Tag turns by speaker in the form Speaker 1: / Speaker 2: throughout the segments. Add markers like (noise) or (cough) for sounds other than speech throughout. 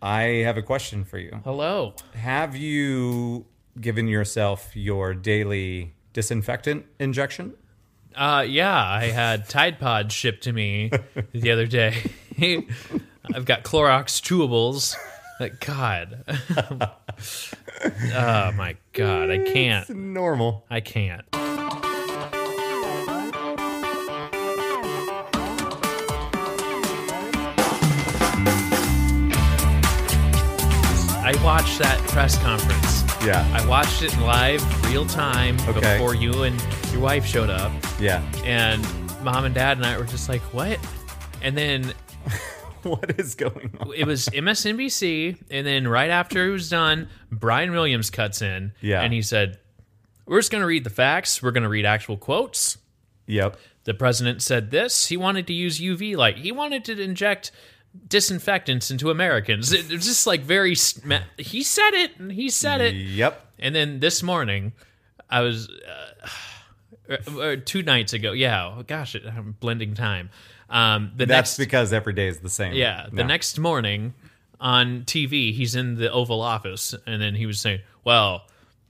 Speaker 1: I have a question for you.
Speaker 2: Hello.
Speaker 1: Have you given yourself your daily disinfectant injection?
Speaker 2: Uh, yeah, I had Tide Pods shipped to me the other day. (laughs) I've got Clorox chewables. Like, God. (laughs) oh my God, I can't.
Speaker 1: Normal.
Speaker 2: I can't. I watched that press conference. (laughs)
Speaker 1: Yeah.
Speaker 2: I watched it live, real time,
Speaker 1: Okay.
Speaker 2: before you and your wife showed up.
Speaker 1: Yeah.
Speaker 2: And mom and dad and I were just like, what? And then
Speaker 1: What is going on?
Speaker 2: it was MSNBC, and then right after it was done, Brian Williams cuts in,
Speaker 1: Yeah.
Speaker 2: and he said, "We're just going to read the facts. We're going to read actual quotes."
Speaker 1: Yep.
Speaker 2: The president said this. He wanted to use UV light. He wanted to inject disinfectants into Americans. It, it's just like very. sm- He said it. and He said it.
Speaker 1: Yep.
Speaker 2: And then this morning, I was uh, or two nights ago. Yeah, oh, gosh, it, I'm blending time. Um, the
Speaker 1: That's
Speaker 2: next,
Speaker 1: because every day is the same.
Speaker 2: yeah, the
Speaker 1: No.
Speaker 2: next morning on TV, he's in the Oval Office, and then he was saying, "Well,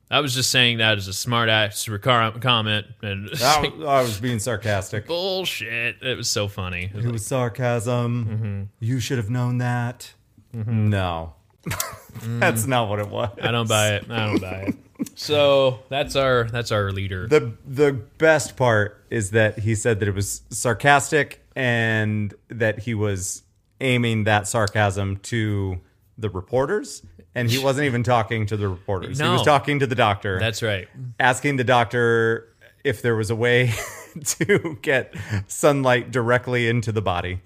Speaker 2: I was just saying that as a smart ass recur- comment." And (laughs) it's
Speaker 1: I
Speaker 2: like,
Speaker 1: was, I was being sarcastic.
Speaker 2: bullshit. It was so funny. It was
Speaker 1: It
Speaker 2: like,
Speaker 1: was sarcasm.
Speaker 2: Mm-hmm.
Speaker 1: You should have known that. No. (laughs)
Speaker 2: Mm.
Speaker 1: That's not what it was.
Speaker 2: I don't buy it. I don't buy it. So that's our that's our leader.
Speaker 1: The the best part is that he said that it was sarcastic and that he was aiming that sarcasm to the reporters and he wasn't even talking to the reporters. He was
Speaker 2: No.
Speaker 1: talking to the doctor.
Speaker 2: that's right.
Speaker 1: asking the doctor if there was a way (laughs) to get sunlight directly into the body.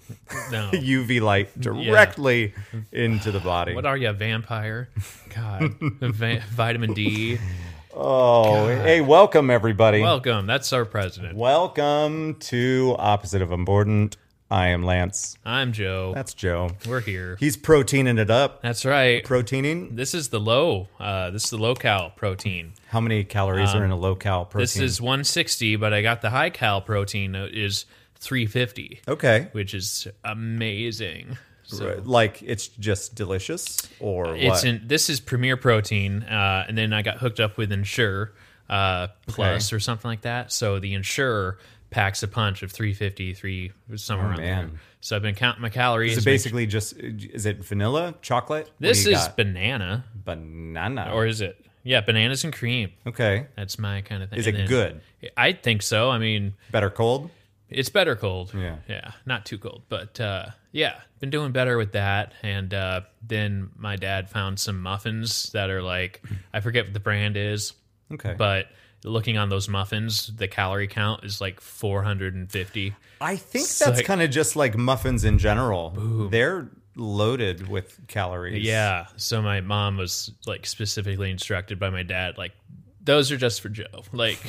Speaker 2: No.
Speaker 1: UV light directly into the body.
Speaker 2: What are you, a vampire? God, Va- vitamin D.
Speaker 1: Oh, hey, welcome everybody.
Speaker 2: Welcome. That's our president.
Speaker 1: welcome to Opposite of Important. I am Lance.
Speaker 2: I'm Joe.
Speaker 1: That's Joe.
Speaker 2: We're here.
Speaker 1: He's proteining it up.
Speaker 2: That's right.
Speaker 1: Proteining?
Speaker 2: This is the low. Uh, this is the low cal protein.
Speaker 1: How many calories are in a low cal protein?
Speaker 2: Um, This is 160, but I got the high cal protein uh, is 350,
Speaker 1: okay.
Speaker 2: which is amazing. So
Speaker 1: Right, Like it's just delicious or what?
Speaker 2: it's in, this is Premier Protein, uh, and then I got hooked up with Ensure uh, Plus or something like that. So the Ensure packs a punch of 350, three somewhere around
Speaker 1: Oh, man.
Speaker 2: there. So I've been counting my calories.
Speaker 1: Is it basically just is it vanilla, chocolate? What do
Speaker 2: this
Speaker 1: you
Speaker 2: is
Speaker 1: got?
Speaker 2: banana,
Speaker 1: banana.
Speaker 2: or is it? Yeah, bananas and cream.
Speaker 1: okay,
Speaker 2: That's my kind of thing.
Speaker 1: is
Speaker 2: And
Speaker 1: it
Speaker 2: then-
Speaker 1: good?
Speaker 2: I think so. I mean,
Speaker 1: Better cold.
Speaker 2: it's better cold.
Speaker 1: Yeah.
Speaker 2: Yeah. Not too cold. But uh, yeah, been doing better with that. And uh, then my dad found some muffins that
Speaker 1: (laughs)
Speaker 2: are like, I forget what the brand is,
Speaker 1: Okay,
Speaker 2: but looking on those muffins, the calorie count is like 450.
Speaker 1: I think that's
Speaker 2: like-
Speaker 1: kind of just like muffins in general. They're loaded with calories.
Speaker 2: Yeah. So my mom was like specifically instructed by my dad, like, those are just for Joe. (laughs) Like,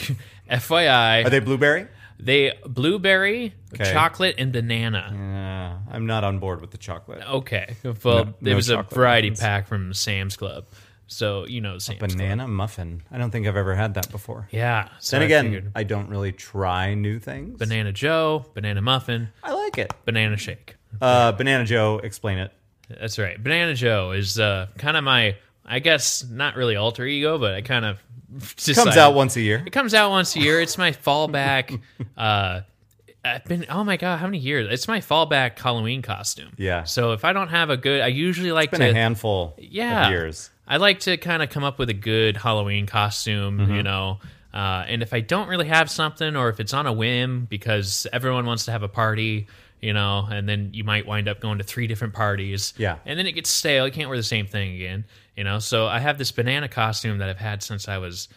Speaker 2: FYI,
Speaker 1: Are they blueberry?
Speaker 2: they-, blueberry,
Speaker 1: Okay.
Speaker 2: chocolate, and banana.
Speaker 1: Uh, I'm not on board with the chocolate.
Speaker 2: Okay. Well, it
Speaker 1: no
Speaker 2: was a
Speaker 1: chocolate
Speaker 2: variety pack from Sam's Club. So, you know, Sam's Club.
Speaker 1: Banana muffin. I don't think I've ever had that before.
Speaker 2: Yeah. So
Speaker 1: Then
Speaker 2: I
Speaker 1: again,
Speaker 2: figured
Speaker 1: I, don't really try new things.
Speaker 2: Banana Joe, Banana Muffin,
Speaker 1: I like it.
Speaker 2: Banana Shake.
Speaker 1: Uh, Banana Joe, explain it.
Speaker 2: That's right. Banana Joe is uh, kind of my, I guess, not really alter ego, but I kind of (laughs)
Speaker 1: Comes out once a year.
Speaker 2: It comes out once a year. It's
Speaker 1: (laughs)
Speaker 2: my fallback. uh, I've been oh my god, how many years? It's my fallback Halloween costume.
Speaker 1: Yeah.
Speaker 2: So if I don't have a good, I usually like
Speaker 1: Been
Speaker 2: to
Speaker 1: a handful
Speaker 2: yeah
Speaker 1: of years.
Speaker 2: i like to kind of come up with a good halloween costume
Speaker 1: Mm-hmm.
Speaker 2: you know uh, and if i don't really have something or if it's on a whim because everyone wants to have a party you know and then you might wind up going to three different parties
Speaker 1: Yeah.
Speaker 2: and then it gets stale you can't wear the same thing again you know so i have this banana costume that i've had since i was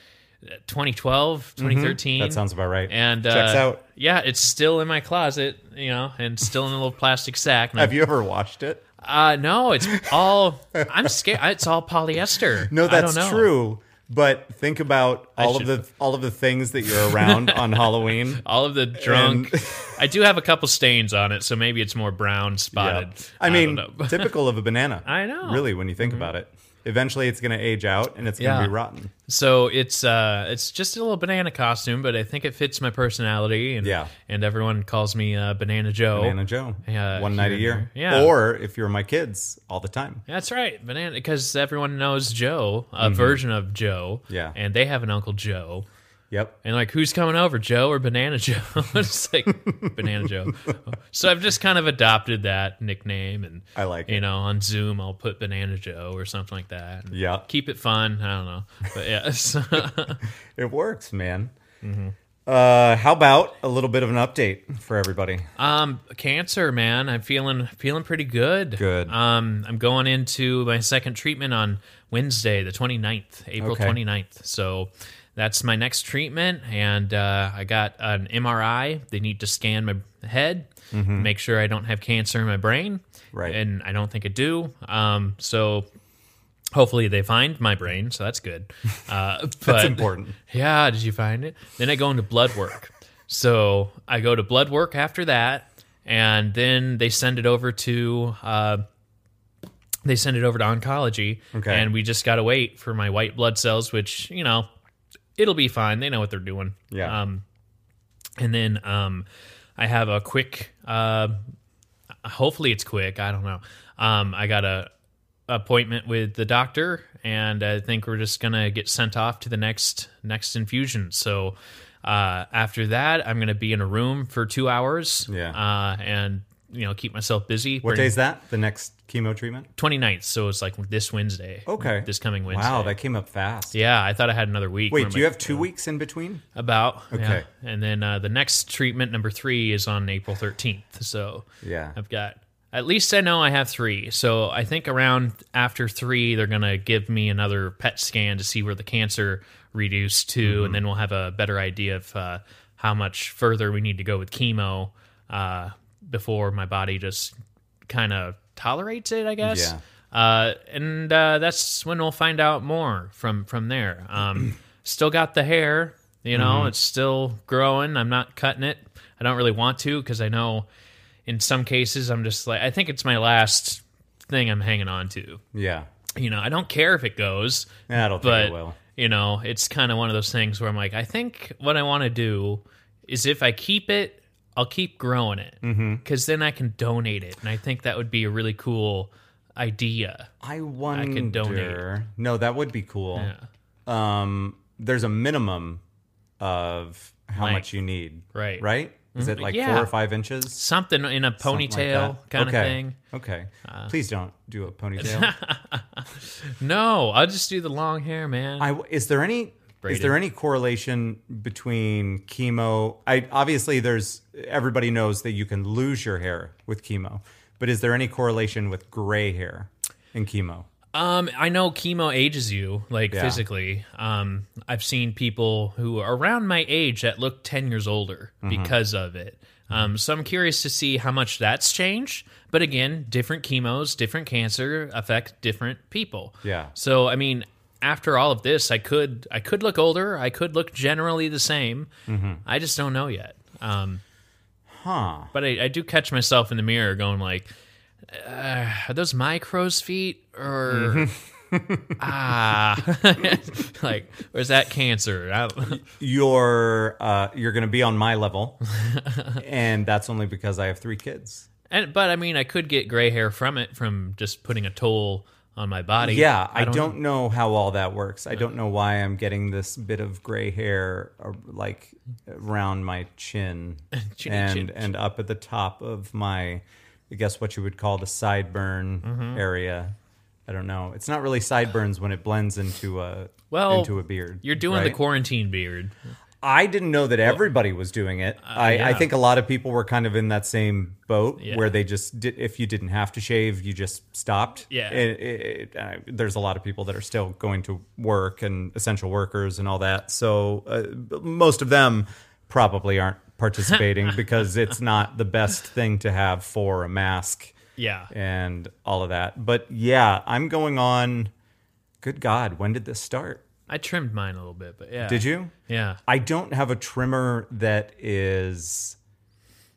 Speaker 2: uh, 2012 2013
Speaker 1: Mm-hmm. That sounds about right.
Speaker 2: and uh,
Speaker 1: checks out.
Speaker 2: yeah it's still in my closet you know and still in a little plastic sack and I'm
Speaker 1: Have you ever watched it?
Speaker 2: uh, no, it's all. I'm scared. It's all polyester.
Speaker 1: No,
Speaker 2: I
Speaker 1: that's
Speaker 2: don't know.
Speaker 1: true. But think about all of
Speaker 2: should- (laughs)
Speaker 1: the all of the things that you're around on Halloween. (laughs)
Speaker 2: All of the drunk, I do have a couple stains on it, so maybe it's more brown
Speaker 1: Yeah.
Speaker 2: spotted.
Speaker 1: I mean,
Speaker 2: don't know. (laughs)
Speaker 1: typical of a banana.
Speaker 2: I know. Mm-hmm.
Speaker 1: Really, when you think about it, eventually it's going to age out and it's going to
Speaker 2: Yeah.
Speaker 1: be rotten.
Speaker 2: so it's uh, it's just a little banana costume, but I think it fits my personality, and
Speaker 1: Yeah.
Speaker 2: and everyone calls me uh, Banana Joe.
Speaker 1: Banana Joe.
Speaker 2: Yeah,
Speaker 1: One night a
Speaker 2: here
Speaker 1: year.
Speaker 2: and there. Yeah.
Speaker 1: Or if you're my kids, all the time.
Speaker 2: That's right, banana, because everyone knows Joe, a version of Joe.
Speaker 1: Mm-hmm. Yeah.
Speaker 2: and they have an Uncle Joe.
Speaker 1: Yep.
Speaker 2: And like, who's coming over, Joe or Banana Joe? (laughs) it's like Banana Joe. So I've just kind of adopted that nickname, and
Speaker 1: I like
Speaker 2: you
Speaker 1: it.
Speaker 2: know on Zoom I'll put Banana Joe or something like that. and
Speaker 1: Yeah.
Speaker 2: keep it fun. I don't know, but yeah, (laughs) so-
Speaker 1: It works, man.
Speaker 2: Mm-hmm.
Speaker 1: Uh, how about a little bit of an update for everybody?
Speaker 2: um, cancer, man, I'm feeling feeling pretty good.
Speaker 1: Good.
Speaker 2: Um, I'm going into my second treatment on Wednesday, the 29th, April
Speaker 1: Okay.
Speaker 2: 29th. So. That's my next treatment, and uh, I got an MRI. They need to scan my head, make sure I don't have cancer in my brain,
Speaker 1: Mm-hmm. Right.
Speaker 2: And I don't think I do. Um, so hopefully they find my brain, so
Speaker 1: (laughs)
Speaker 2: that's good. Uh, but,
Speaker 1: That's important.
Speaker 2: yeah, did you find it? Then I go into blood work. so I go to blood work after that, and then they send it over to uh, they send it over to oncology.
Speaker 1: Okay.
Speaker 2: And we just gotta wait for my white blood cells, which you know, it'll be fine. They know what they're doing.
Speaker 1: Yeah.
Speaker 2: Um, and then um, I have a quick. Uh, hopefully it's quick. I don't know. Um, I got a appointment with the doctor, and I think we're just gonna get sent off to the next next infusion. So uh, after that, I'm gonna be in a room for two hours.
Speaker 1: Yeah.
Speaker 2: Uh, and you know, keep myself busy.
Speaker 1: What day's that? The next chemo treatment?
Speaker 2: 29th, so it's like this Wednesday.
Speaker 1: Okay.
Speaker 2: This coming Wednesday.
Speaker 1: Wow, that came up fast.
Speaker 2: yeah, I thought I had another week. Where
Speaker 1: Wait,
Speaker 2: I'm
Speaker 1: do you
Speaker 2: like,
Speaker 1: have two weeks in between?
Speaker 2: about
Speaker 1: Okay.
Speaker 2: yeah. And then uh, the next treatment number three is on April 13th. So
Speaker 1: Yeah.
Speaker 2: I've got at least I know I have three. So I think around after three, they're gonna give me another PET scan to see where the cancer reduced to,
Speaker 1: Mm-hmm.
Speaker 2: and then we'll have a better idea of uh, how much further we need to go with chemo uh, before my body just kind of tolerates it, I guess.
Speaker 1: Yeah.
Speaker 2: Uh, and uh, that's when we'll find out more from from there. Um, (clears throat) still got the hair, you know, it's still growing. I'm not cutting it. I don't really want to because I know in some cases I'm just like I think it's my last thing I'm hanging on to.
Speaker 1: Yeah.
Speaker 2: You know, I don't care if it goes,
Speaker 1: I don't think
Speaker 2: but
Speaker 1: it will.
Speaker 2: you know, it's kind of one of those things where I'm like, I think what I want to do is if I keep it, I'll keep growing it because then I can donate it, and I think that would be a really cool idea.
Speaker 1: I wonder.
Speaker 2: can donate.
Speaker 1: No, that would be cool. Um, there's a minimum of how
Speaker 2: Length.
Speaker 1: much you need.
Speaker 2: Right. Mm-hmm.
Speaker 1: Right? Is it like
Speaker 2: Yeah.
Speaker 1: four or five inches?
Speaker 2: Something in a
Speaker 1: Something like
Speaker 2: ponytail
Speaker 1: that?
Speaker 2: kind
Speaker 1: okay.
Speaker 2: of thing. Uh,
Speaker 1: Okay. Please don't do a
Speaker 2: (laughs)
Speaker 1: ponytail.
Speaker 2: No, I'll just do the long hair, man.
Speaker 1: I, is there any is
Speaker 2: Braided.
Speaker 1: there any correlation between chemo? I obviously there's everybody knows that you can lose your hair with chemo, but is there any correlation with gray hair in chemo?
Speaker 2: Um, I know chemo ages you, like
Speaker 1: Yeah.
Speaker 2: physically. Um, I've seen people who are around my age that look ten years older
Speaker 1: Mm-hmm.
Speaker 2: because of it. Um, so I'm curious to see how much that's changed. But again, different chemos, different cancer affect different people.
Speaker 1: Yeah.
Speaker 2: So I mean, after all of this, I could I could look older. I could look generally the same.
Speaker 1: Mm-hmm.
Speaker 2: I just don't know yet. Um,
Speaker 1: Huh.
Speaker 2: but I, I do catch myself in the mirror going like, uh, "Are those my crow's feet or
Speaker 1: Mm-hmm. (laughs)
Speaker 2: ah, (laughs) like, or is that cancer?" I don't-
Speaker 1: You're uh, you're going to be on my level, and that's only because I have three kids.
Speaker 2: and but I mean, I could get gray hair from it from just putting a toll on my body.
Speaker 1: Yeah, I, don't, know how all that works. I don't know why I'm getting this bit of gray hair uh, like around my chin
Speaker 2: (laughs) Chinny
Speaker 1: and
Speaker 2: chin.
Speaker 1: and up at the top of my I guess what you would call the sideburn
Speaker 2: Mm-hmm.
Speaker 1: area. I don't know. It's not really sideburns when it blends into a
Speaker 2: Well,
Speaker 1: into a beard.
Speaker 2: You're doing the
Speaker 1: right?
Speaker 2: quarantine beard.
Speaker 1: I didn't know that everybody was doing it. I, I
Speaker 2: uh, yeah.
Speaker 1: think a lot of people were kind of in that same boat
Speaker 2: Yeah.
Speaker 1: where they just did. If you didn't have to shave, you just stopped.
Speaker 2: Yeah.
Speaker 1: It- it- it- uh, there's a lot of people that are still going to work and essential workers and all that. So uh, most of them probably aren't
Speaker 2: (laughs)
Speaker 1: participating because it's not the best thing to have for a mask
Speaker 2: Yeah.
Speaker 1: and all of that. But yeah, I'm going on. Good God, when did this start?
Speaker 2: I trimmed mine a little bit, but yeah.
Speaker 1: Did you?
Speaker 2: Yeah.
Speaker 1: I don't have a trimmer that is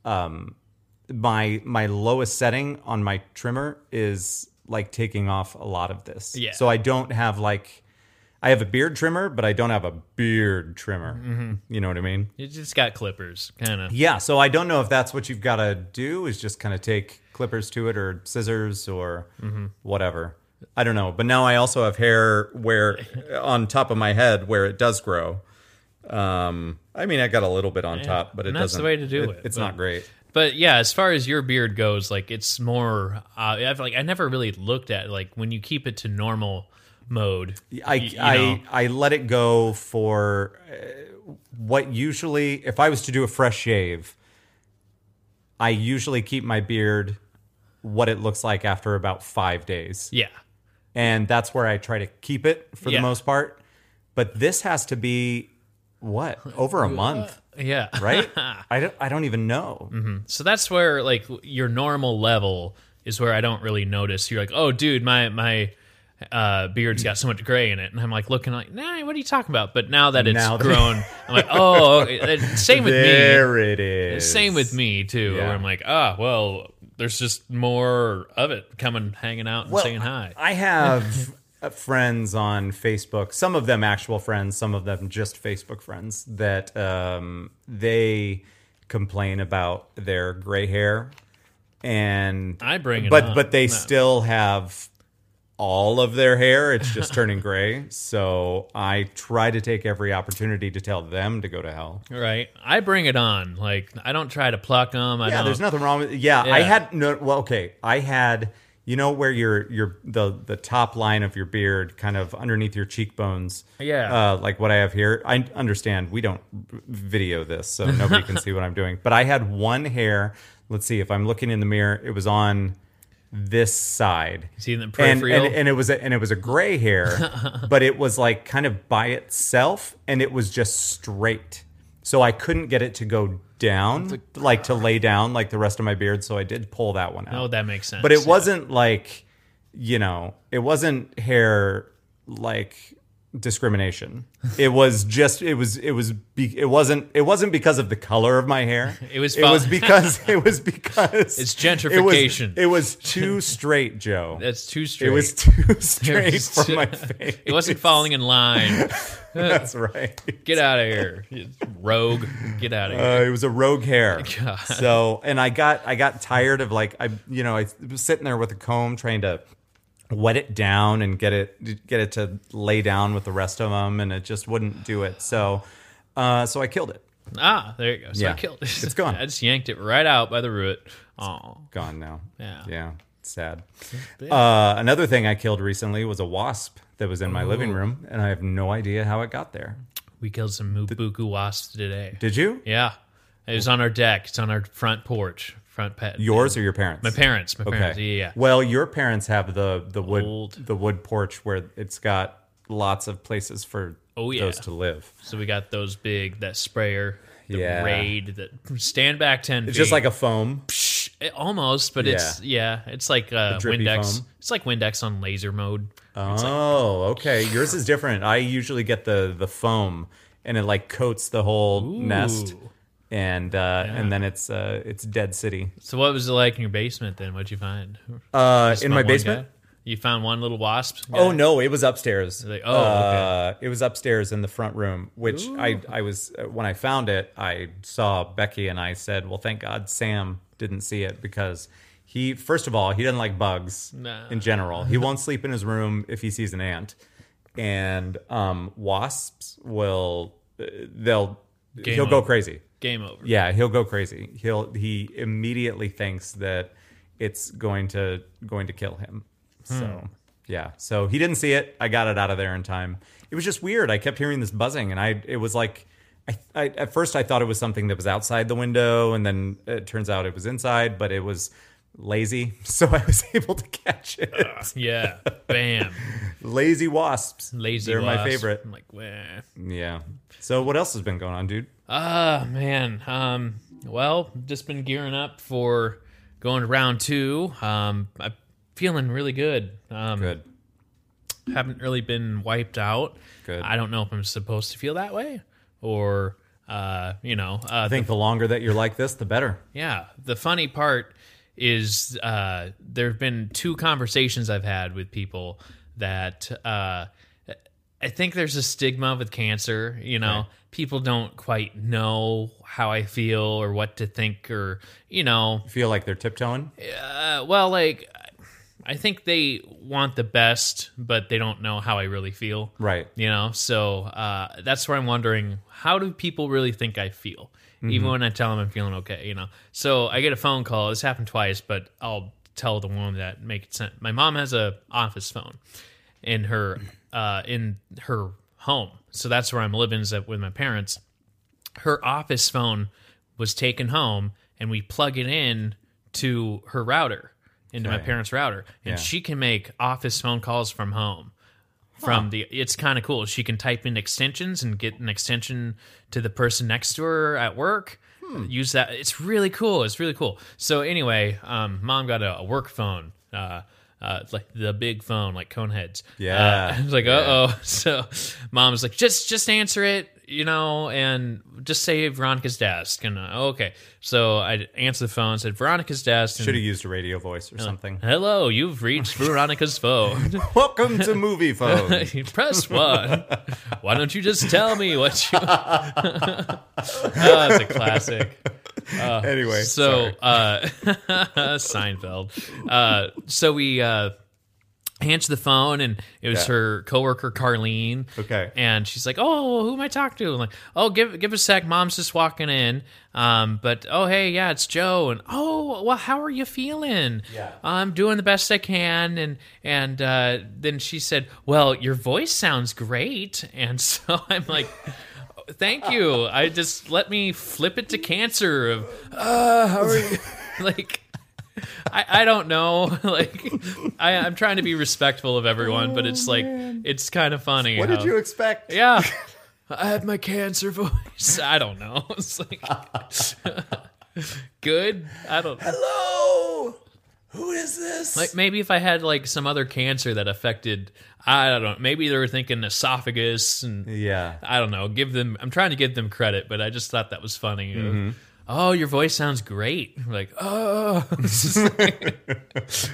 Speaker 1: um, my my lowest setting on my trimmer is like taking off a lot of this.
Speaker 2: Yeah.
Speaker 1: So I don't have like I have a beard trimmer, but I don't have a beard trimmer. You know what I mean?
Speaker 2: You just got clippers, kind of.
Speaker 1: Yeah. So I don't know if that's what you've got to do is just kind of take clippers to it or scissors or
Speaker 2: Mm-hmm.
Speaker 1: whatever. I don't know. But now I also have hair where on top of my head where it does grow. Um, I mean, I got a little bit on top, but it
Speaker 2: and that's the
Speaker 1: doesn't.
Speaker 2: way to do it,
Speaker 1: It's
Speaker 2: but-
Speaker 1: not great.
Speaker 2: But yeah, as far as your beard goes, like it's more. Uh, I've like I never really looked at like when you keep it to normal mode.
Speaker 1: I,
Speaker 2: y- you know.
Speaker 1: I, I let it go for uh, what usually, if I was to do a fresh shave, I usually keep my beard what it looks like after about five days.
Speaker 2: yeah,
Speaker 1: And that's where I try to keep it for
Speaker 2: Yeah.
Speaker 1: the most part. But this has to be what?
Speaker 2: (laughs)
Speaker 1: Over a month,
Speaker 2: yeah.
Speaker 1: right? I, don't, I don't even know.
Speaker 2: (laughs) So that's where like your normal level is where I don't really notice. You're like, oh, dude, my my uh, beard's got so much gray in it, and I'm like looking like, nah, what are you talking about? But now that it's
Speaker 1: Now that- (laughs)
Speaker 2: grown, I'm like, oh, okay. And same with me.
Speaker 1: there it is.
Speaker 2: Same with me too.
Speaker 1: Yeah.
Speaker 2: Where I'm like, ah, well, there's just more of it coming, hanging out, and saying hi.
Speaker 1: I
Speaker 2: (laughs)
Speaker 1: have uh, friends on Facebook. Some of them actual friends, some of them just Facebook friends. That um, they complain about their gray hair, and
Speaker 2: I bring it
Speaker 1: but
Speaker 2: up.
Speaker 1: but they
Speaker 2: No.
Speaker 1: still have all of their hair. It's
Speaker 2: (laughs)
Speaker 1: just turning gray. So I try to take every opportunity to tell them to go to hell.
Speaker 2: Right. I bring it on. Like I don't try to pluck them. I
Speaker 1: Yeah,
Speaker 2: don't.
Speaker 1: there's nothing wrong with. Yeah, I
Speaker 2: Yeah.
Speaker 1: had no. Well, okay, I had. You know where your your the the top line of your beard, kind of underneath your cheekbones.
Speaker 2: Yeah.
Speaker 1: uh, like what I have here. I understand we don't video this,
Speaker 2: (laughs)
Speaker 1: so nobody can see what I'm doing. But I had one hair. Let's see if I'm looking in the mirror. It was on this side.
Speaker 2: See in the
Speaker 1: And,
Speaker 2: peripheral.
Speaker 1: and, and it was a, and it was a gray
Speaker 2: (laughs)
Speaker 1: hair, but it was like kind of by itself, and it was just straight. So I couldn't get it to go down, like to lay down like the rest of my beard. So I did pull that one out.
Speaker 2: oh, that makes sense.
Speaker 1: but it
Speaker 2: Yeah.
Speaker 1: wasn't like, you know, it wasn't hair like discrimination. It was just it was it was be, it wasn't it wasn't because of the color of my hair.
Speaker 2: (laughs) It was
Speaker 1: it
Speaker 2: fo-
Speaker 1: was because
Speaker 2: (laughs)
Speaker 1: it was because
Speaker 2: It's gentrification.
Speaker 1: It was, it was too straight, Joe.
Speaker 2: That's too straight.
Speaker 1: It was
Speaker 2: (laughs)
Speaker 1: too straight
Speaker 2: was
Speaker 1: for
Speaker 2: too-
Speaker 1: my face.
Speaker 2: (laughs) It
Speaker 1: (laughs)
Speaker 2: wasn't falling in line.
Speaker 1: That's right.
Speaker 2: Get out of here, you rogue. Get out of here.
Speaker 1: Uh, it was a rogue hair.
Speaker 2: (laughs)
Speaker 1: So, and I got I got tired of like I you know I was sitting there with a comb trying to wet it down and get it get it to lay down with the rest of them, and it just wouldn't do it. So, uh, so I killed it.
Speaker 2: ah, there you go. So
Speaker 1: yeah.
Speaker 2: I killed it. (laughs)
Speaker 1: It's gone.
Speaker 2: I just yanked it right out by the root. Oh,
Speaker 1: Gone now.
Speaker 2: Yeah.
Speaker 1: yeah. it's Sad. Uh, another thing I killed recently was a wasp that was in my living room, and I have no idea how it got there.
Speaker 2: we killed some mubuku wasps today.
Speaker 1: Did you?
Speaker 2: Yeah, it was on our deck. It's on our front porch, front pet.
Speaker 1: Yours or your parents?
Speaker 2: My parents. My parents. Yeah, yeah, yeah.
Speaker 1: Well, your parents have the the wood
Speaker 2: Old.
Speaker 1: the wood porch where it's got lots of places for
Speaker 2: Oh, yeah.
Speaker 1: those to live.
Speaker 2: So we got those big, that sprayer, the
Speaker 1: Yeah.
Speaker 2: raid, that stand back ten.
Speaker 1: It's just like a foam.
Speaker 2: it, almost, but it's yeah, it's like uh,
Speaker 1: drippy
Speaker 2: Windex.
Speaker 1: foam.
Speaker 2: It's like Windex on laser mode.
Speaker 1: Oh, okay. Yours is different. I usually get the the foam, and it like coats the whole nest,
Speaker 2: Ooh.
Speaker 1: and uh, and then it's uh, it's dead city.
Speaker 2: So what was it like in your basement then? What'd you find?
Speaker 1: Uh, in
Speaker 2: Found
Speaker 1: my
Speaker 2: one
Speaker 1: basement.
Speaker 2: guy? You found one little wasp.
Speaker 1: Oh no, it was upstairs.
Speaker 2: Like, oh,
Speaker 1: uh, it was upstairs in the front room. Which I, I was uh, when I found it, I saw Becky and I said, "Well, thank God Sam didn't see it because he, first of all, he doesn't like bugs
Speaker 2: Nah.
Speaker 1: in general. He won't sleep in his room if he sees an ant, and um, wasps will uh, they'll
Speaker 2: Game
Speaker 1: he'll go
Speaker 2: over.
Speaker 1: crazy.
Speaker 2: Game over.
Speaker 1: Yeah, he'll go crazy. He'll he immediately thinks that it's going to going to kill him. So yeah, so he didn't see it. I got it out of there in time. It was just weird. I kept hearing this buzzing, and I it was like. I, I, at first, I thought it was something that was outside the window, and then it turns out it was inside. But it was lazy, (laughs) so I was able to catch it. (laughs)
Speaker 2: Yeah. Bam.
Speaker 1: lazy wasps,
Speaker 2: Lazy.
Speaker 1: They're my
Speaker 2: wasp.
Speaker 1: favorite.
Speaker 2: I'm like, wah.
Speaker 1: Yeah. So, what else has been going on, dude?
Speaker 2: Ah, man. Um, well, just been gearing up for going to round two. Um, I'm feeling really good. Um,
Speaker 1: Good.
Speaker 2: haven't really been wiped out.
Speaker 1: Good.
Speaker 2: I don't know if I'm supposed to feel that way or Uh, you know, uh,
Speaker 1: I think the longer that you're like this, the better.
Speaker 2: yeah. The funny part is uh, there have been two conversations I've had with people that uh, I think there's a stigma with cancer. You know, people don't quite know how I feel or what to think or, you know,
Speaker 1: Feel like they're tiptoeing.
Speaker 2: uh, well, like, I think they want the best, but they don't know how I really feel.
Speaker 1: Right.
Speaker 2: You know, so uh, that's where I'm wondering how do people really think I feel, even when I tell them I'm feeling okay? You know, so I get a phone call. This happened twice, but I'll tell the woman that make it sense. My mom has a office phone in her uh, in her home, so that's where I'm living is at- with my parents. Her office phone was taken home, and we plug it in to her router into my
Speaker 1: Okay.
Speaker 2: parents' router, and
Speaker 1: Yeah.
Speaker 2: she can make office phone calls from home from the it's kind of cool she can type in extensions and get an extension to the person next to her at work
Speaker 1: Hmm.
Speaker 2: use that it's really cool it's really cool so anyway um, mom got a, a work phone uh, uh, it's like the big phone like coneheads
Speaker 1: Yeah.
Speaker 2: uh, i was like uh-oh (laughs) so mom was like just just answer it you know and just say veronica's desk and uh, okay so i answered the phone said veronica's desk and,
Speaker 1: Should have used a radio voice or something.
Speaker 2: (laughs) hello you've reached veronica's phone (laughs)
Speaker 1: Welcome to
Speaker 2: Uh,
Speaker 1: movie phone.
Speaker 2: You press one. Why don't you just tell me what you? (laughs) oh, that's a classic.
Speaker 1: anyway,
Speaker 2: So, uh, (laughs) Seinfeld. Uh, so we uh, answer the phone, and it was
Speaker 1: Yeah.
Speaker 2: her coworker Carlene.
Speaker 1: Okay.
Speaker 2: and she's like, "Oh, who am I talking to?" I'm like, "Oh, give give a sec. Mom's just walking in." Um, but oh, hey, yeah, it's Joe. And oh, well, how are you feeling?
Speaker 1: Yeah.
Speaker 2: I'm doing the best I can. And and uh, then she said, "Well, your voice sounds great." And (laughs) so I'm like. Thank you. I just let me flip it to cancer of
Speaker 1: (laughs)
Speaker 2: (laughs) like I, I don't know (laughs) like I, i'm trying to be respectful of everyone but it's like it's kind of funny
Speaker 1: Oh, what did
Speaker 2: how-
Speaker 1: you expect? (laughs)
Speaker 2: yeah i have my cancer voice (laughs) i don't know it's like (laughs) good i don't
Speaker 1: Hello. Who is this?
Speaker 2: like maybe if i had like some other cancer that affected i don't know maybe they were thinking esophagus and
Speaker 1: yeah.
Speaker 2: I don't know. Give them. I'm trying to give them credit, but I just thought that was funny.
Speaker 1: Mm-hmm.
Speaker 2: Oh, your voice sounds great. I'm like, oh, (laughs) It's just like,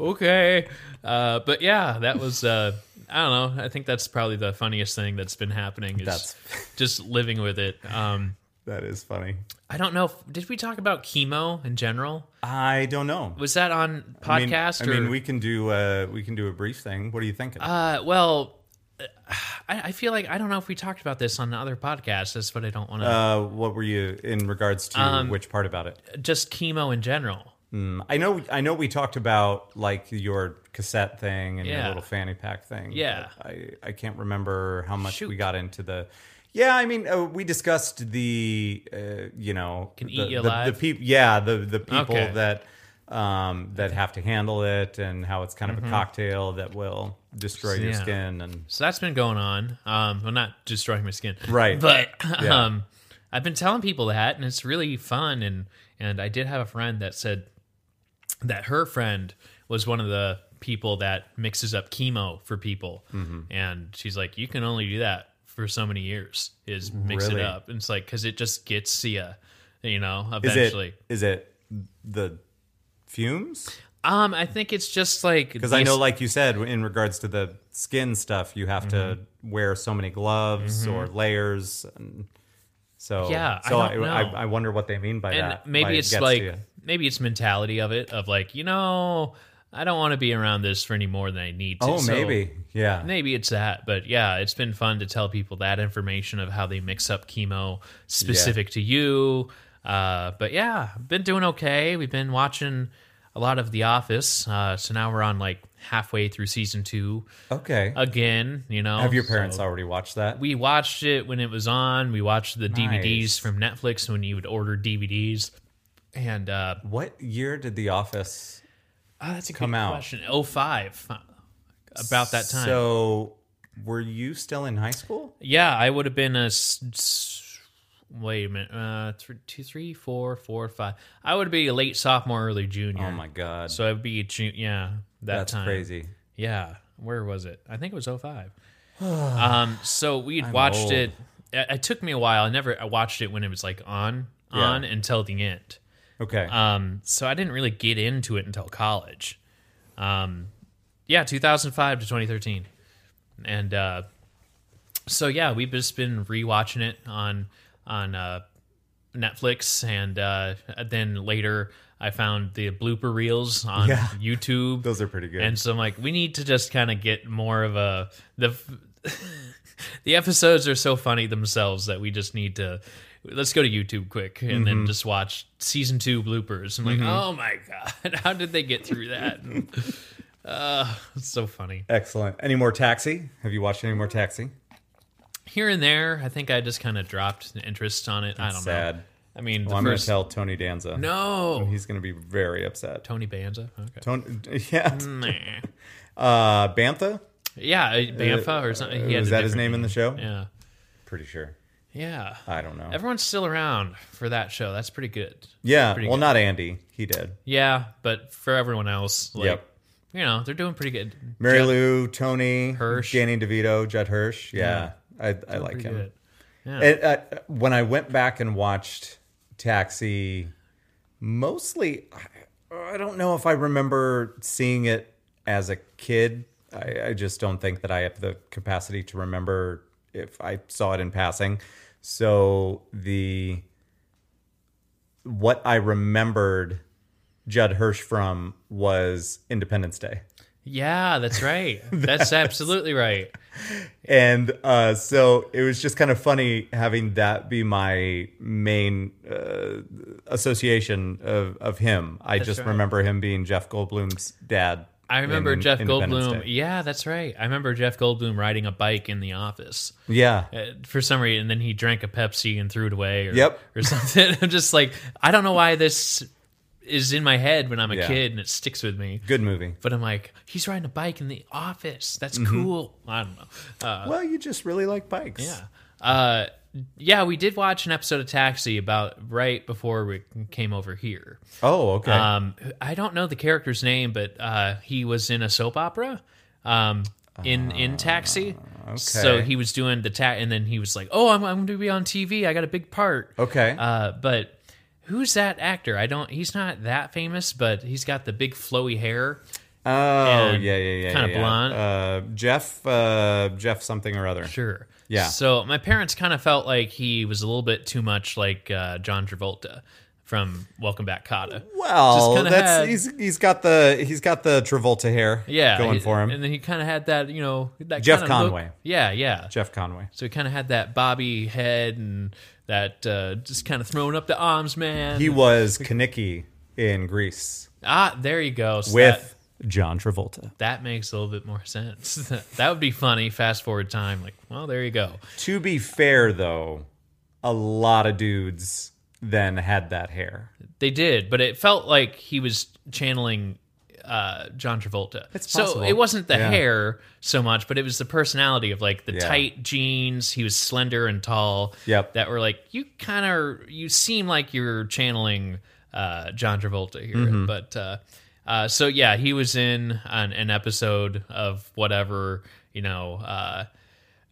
Speaker 2: okay. Uh, but yeah, that was. Uh, I don't know. I think that's probably the funniest thing that's been happening. Is
Speaker 1: That's-
Speaker 2: (laughs) just living with it. Um,
Speaker 1: That is funny.
Speaker 2: I don't know. If, did we talk about chemo in general?
Speaker 1: I don't know.
Speaker 2: Was that on
Speaker 1: I mean-
Speaker 2: podcast?
Speaker 1: I mean,
Speaker 2: or?
Speaker 1: we can do uh, we can do a brief thing. What are you thinking?
Speaker 2: Uh, well, (sighs) I, I feel like I don't know if we talked about this on the other podcast. That's what I don't want to.
Speaker 1: Uh, what were you in regards to
Speaker 2: um,
Speaker 1: which part about it?
Speaker 2: just chemo in general.
Speaker 1: Mm, I know I know we talked about like your cassette thing and your
Speaker 2: Yeah.
Speaker 1: little fanny pack thing.
Speaker 2: Yeah.
Speaker 1: but I I can't remember how much we
Speaker 2: Shoot.
Speaker 1: got into the. Yeah, I mean, uh, we discussed the uh, you know
Speaker 2: Can
Speaker 1: the,
Speaker 2: eat you
Speaker 1: the,
Speaker 2: alive?
Speaker 1: the peop- yeah the the people
Speaker 2: Okay.
Speaker 1: that um, that have to handle it and how it's kind of a cocktail that will destroy your
Speaker 2: Mm-hmm. Yeah.
Speaker 1: skin and
Speaker 2: So that's been going on. Um, well, not destroying my skin,
Speaker 1: Right.
Speaker 2: (laughs) But
Speaker 1: Yeah.
Speaker 2: um, I've been telling people that, and it's really fun. And and I did have a friend that said that her friend was one of the people that mixes up chemo for people,
Speaker 1: Mm-hmm.
Speaker 2: and she's like, you can only do that for so many years is mix
Speaker 1: Really?
Speaker 2: it up. And it's like because it just gets you, you know,
Speaker 1: is
Speaker 2: eventually.
Speaker 1: it is it the fumes?
Speaker 2: Um, I think it's just like
Speaker 1: Because I know, like you said, in regards to the skin stuff, you have to
Speaker 2: Mm-hmm.
Speaker 1: wear so many gloves or layers. And so
Speaker 2: Yeah, I
Speaker 1: so
Speaker 2: don't
Speaker 1: I,
Speaker 2: know.
Speaker 1: I, I wonder what they mean by
Speaker 2: and
Speaker 1: that. by
Speaker 2: maybe
Speaker 1: it
Speaker 2: it's
Speaker 1: gets to
Speaker 2: like
Speaker 1: you.
Speaker 2: maybe it's mentality of it of like you know I don't want to be around this for any more than I need to.
Speaker 1: oh,
Speaker 2: So
Speaker 1: maybe yeah.
Speaker 2: maybe it's that, but yeah, it's been fun to tell people that information of how they mix up chemo specific to you. Uh, but yeah, been doing okay. We've been watching a lot of The Office, uh, so now we're on like halfway through season two
Speaker 1: okay.
Speaker 2: again. You know,
Speaker 1: have your
Speaker 2: so-
Speaker 1: parents already watched that?
Speaker 2: we watched it when it was on. We watched the
Speaker 1: Nice.
Speaker 2: DVDs from Netflix when you would order DVDs. And uh, oh,
Speaker 1: what year did The Office
Speaker 2: that's a
Speaker 1: Come out.
Speaker 2: question. 05, uh, about that time.
Speaker 1: So were you still in high school?
Speaker 2: yeah, I would have been a. s- s- Wait a minute. Uh, th- two, three, four, four, five. I would be a late sophomore, early junior.
Speaker 1: Oh my god,
Speaker 2: So I'd be a junior. Yeah, that
Speaker 1: that's
Speaker 2: time.
Speaker 1: crazy. (sighs)
Speaker 2: Yeah. Where was it? I think it was 05. um, oh so we'd watched
Speaker 1: old.
Speaker 2: it it, it took me a while. I never I watched it when it was like on
Speaker 1: Yeah.
Speaker 2: on until the end.
Speaker 1: Okay.
Speaker 2: Um, so I didn't really get into it until college. Um, yeah, 2005 to 2013, and uh, so yeah, we've just been rewatching it on on uh, Netflix, and uh, then later I found the blooper reels on
Speaker 1: Yeah.
Speaker 2: YouTube.
Speaker 1: Those are pretty good.
Speaker 2: And so I'm like, we need to just kind of get more of a the (laughs) the episodes are so funny themselves that we just need to let's go to YouTube quick and
Speaker 1: Mm-hmm.
Speaker 2: then just watch season two bloopers. I'm like, oh my god, (laughs) how did they get through that? uh, it's so funny.
Speaker 1: Excellent. Any more Taxi? Have you watched any more Taxi?
Speaker 2: Here and there, I think I just kind of dropped interest on it. I don't know.
Speaker 1: Sad.
Speaker 2: I mean,
Speaker 1: Well,
Speaker 2: the
Speaker 1: I'm
Speaker 2: first
Speaker 1: going to tell Tony Danza.
Speaker 2: no
Speaker 1: He's going to be very upset.
Speaker 2: Tony Mm. Banza. Okay.
Speaker 1: Tony, yeah.
Speaker 2: Nah.
Speaker 1: Uh, Bantha?
Speaker 2: Yeah, uh, Banfa or something. He had
Speaker 1: Was
Speaker 2: a
Speaker 1: that his
Speaker 2: different
Speaker 1: name in the show?
Speaker 2: Yeah.
Speaker 1: Pretty sure.
Speaker 2: Yeah.
Speaker 1: I don't know.
Speaker 2: Everyone's still around for that show. That's pretty good.
Speaker 1: yeah.
Speaker 2: pretty
Speaker 1: Well,
Speaker 2: good.
Speaker 1: not Andy. He did.
Speaker 2: Yeah, but for everyone else, like,
Speaker 1: Yep.
Speaker 2: you know, they're doing pretty good.
Speaker 1: Mary
Speaker 2: Jed-
Speaker 1: Lou, Tony,
Speaker 2: Hirsch.
Speaker 1: Danny DeVito, Judd Hirsch. Yeah. I, I like
Speaker 2: pretty
Speaker 1: him.
Speaker 2: good.
Speaker 1: It, uh, when I went back and watched Taxi, mostly, I, I don't know if I remember seeing it as a kid. I, I just don't think that I have the capacity to remember if I saw it in passing. So the what I remembered Judd Hirsch from was Independence Day.
Speaker 2: Yeah,
Speaker 1: (laughs)
Speaker 2: that's right. that's absolutely right.
Speaker 1: and uh, so it was just kind of funny having that be my main uh, association of, of him. I just
Speaker 2: right.
Speaker 1: remember him being Jeff Goldblum's dad.
Speaker 2: I remember
Speaker 1: in
Speaker 2: Jeff
Speaker 1: Independence
Speaker 2: Goldblum. e-
Speaker 1: Day.
Speaker 2: Yeah, that's right. I remember Jeff Goldblum riding a bike in the office
Speaker 1: Yeah,
Speaker 2: uh, for some reason, and then he drank a Pepsi and threw it away or,
Speaker 1: Yep.
Speaker 2: or (laughs) something. I'm just like, I don't know why this is in my head when I'm a
Speaker 1: Yeah.
Speaker 2: kid and it sticks with me.
Speaker 1: good movie.
Speaker 2: But I'm like, he's riding a bike in the office. That's
Speaker 1: Mm-hmm.
Speaker 2: cool. I don't know. Uh,
Speaker 1: Well, you just really like bikes.
Speaker 2: Yeah. Uh, yeah, we did watch an episode of Taxi about right before we came over here.
Speaker 1: Oh, okay.
Speaker 2: Um, I don't know the character's name, but uh, he was in a soap opera. Um, in in Taxi. So he was doing the ta and then he was like, "Oh, I'm I'm going to be on TV. I got a big part."
Speaker 1: okay.
Speaker 2: Uh, but who's that actor? I don't. He's not that famous, but he's got the big flowy hair.
Speaker 1: oh, yeah,
Speaker 2: and
Speaker 1: yeah, yeah.
Speaker 2: kinda
Speaker 1: yeah, yeah.
Speaker 2: blonde.
Speaker 1: Uh, Jeff, uh, Jeff something or other.
Speaker 2: Sure.
Speaker 1: Yeah.
Speaker 2: So my parents kind of felt like he was a little bit too much like uh, John Travolta from Welcome Back, Kata.
Speaker 1: Well,
Speaker 2: kinda
Speaker 1: that's
Speaker 2: had-
Speaker 1: he's he's got the he's got the Travolta hair.
Speaker 2: Yeah.
Speaker 1: going
Speaker 2: he-
Speaker 1: for him.
Speaker 2: And then he kind of had that, you know, that
Speaker 1: Jeff
Speaker 2: kinda look-
Speaker 1: Conway.
Speaker 2: Yeah, yeah.
Speaker 1: Jeff Conway.
Speaker 2: So he kind of had that bobby head and that uh, just kind of throwing up the arms, man.
Speaker 1: He was Kaniki in Greece
Speaker 2: ah, there you go. So that,
Speaker 1: with John Travolta.
Speaker 2: that makes a little bit more (laughs) sense. that would be funny. Fast forward time, like, well, there you go.
Speaker 1: To be fair, though, a lot of dudes then had that hair.
Speaker 2: They did, but it felt like he was channeling uh, John Travolta.
Speaker 1: It's
Speaker 2: So
Speaker 1: possible.
Speaker 2: it wasn't the
Speaker 1: Yeah.
Speaker 2: hair so much, but it was the personality of like the
Speaker 1: Yeah.
Speaker 2: tight jeans. He was slender and tall.
Speaker 1: Yep.
Speaker 2: That were like you kind of you seem like you're channeling uh, John Travolta here, but uh, uh, so yeah, he was in an, an episode of whatever you know. Uh,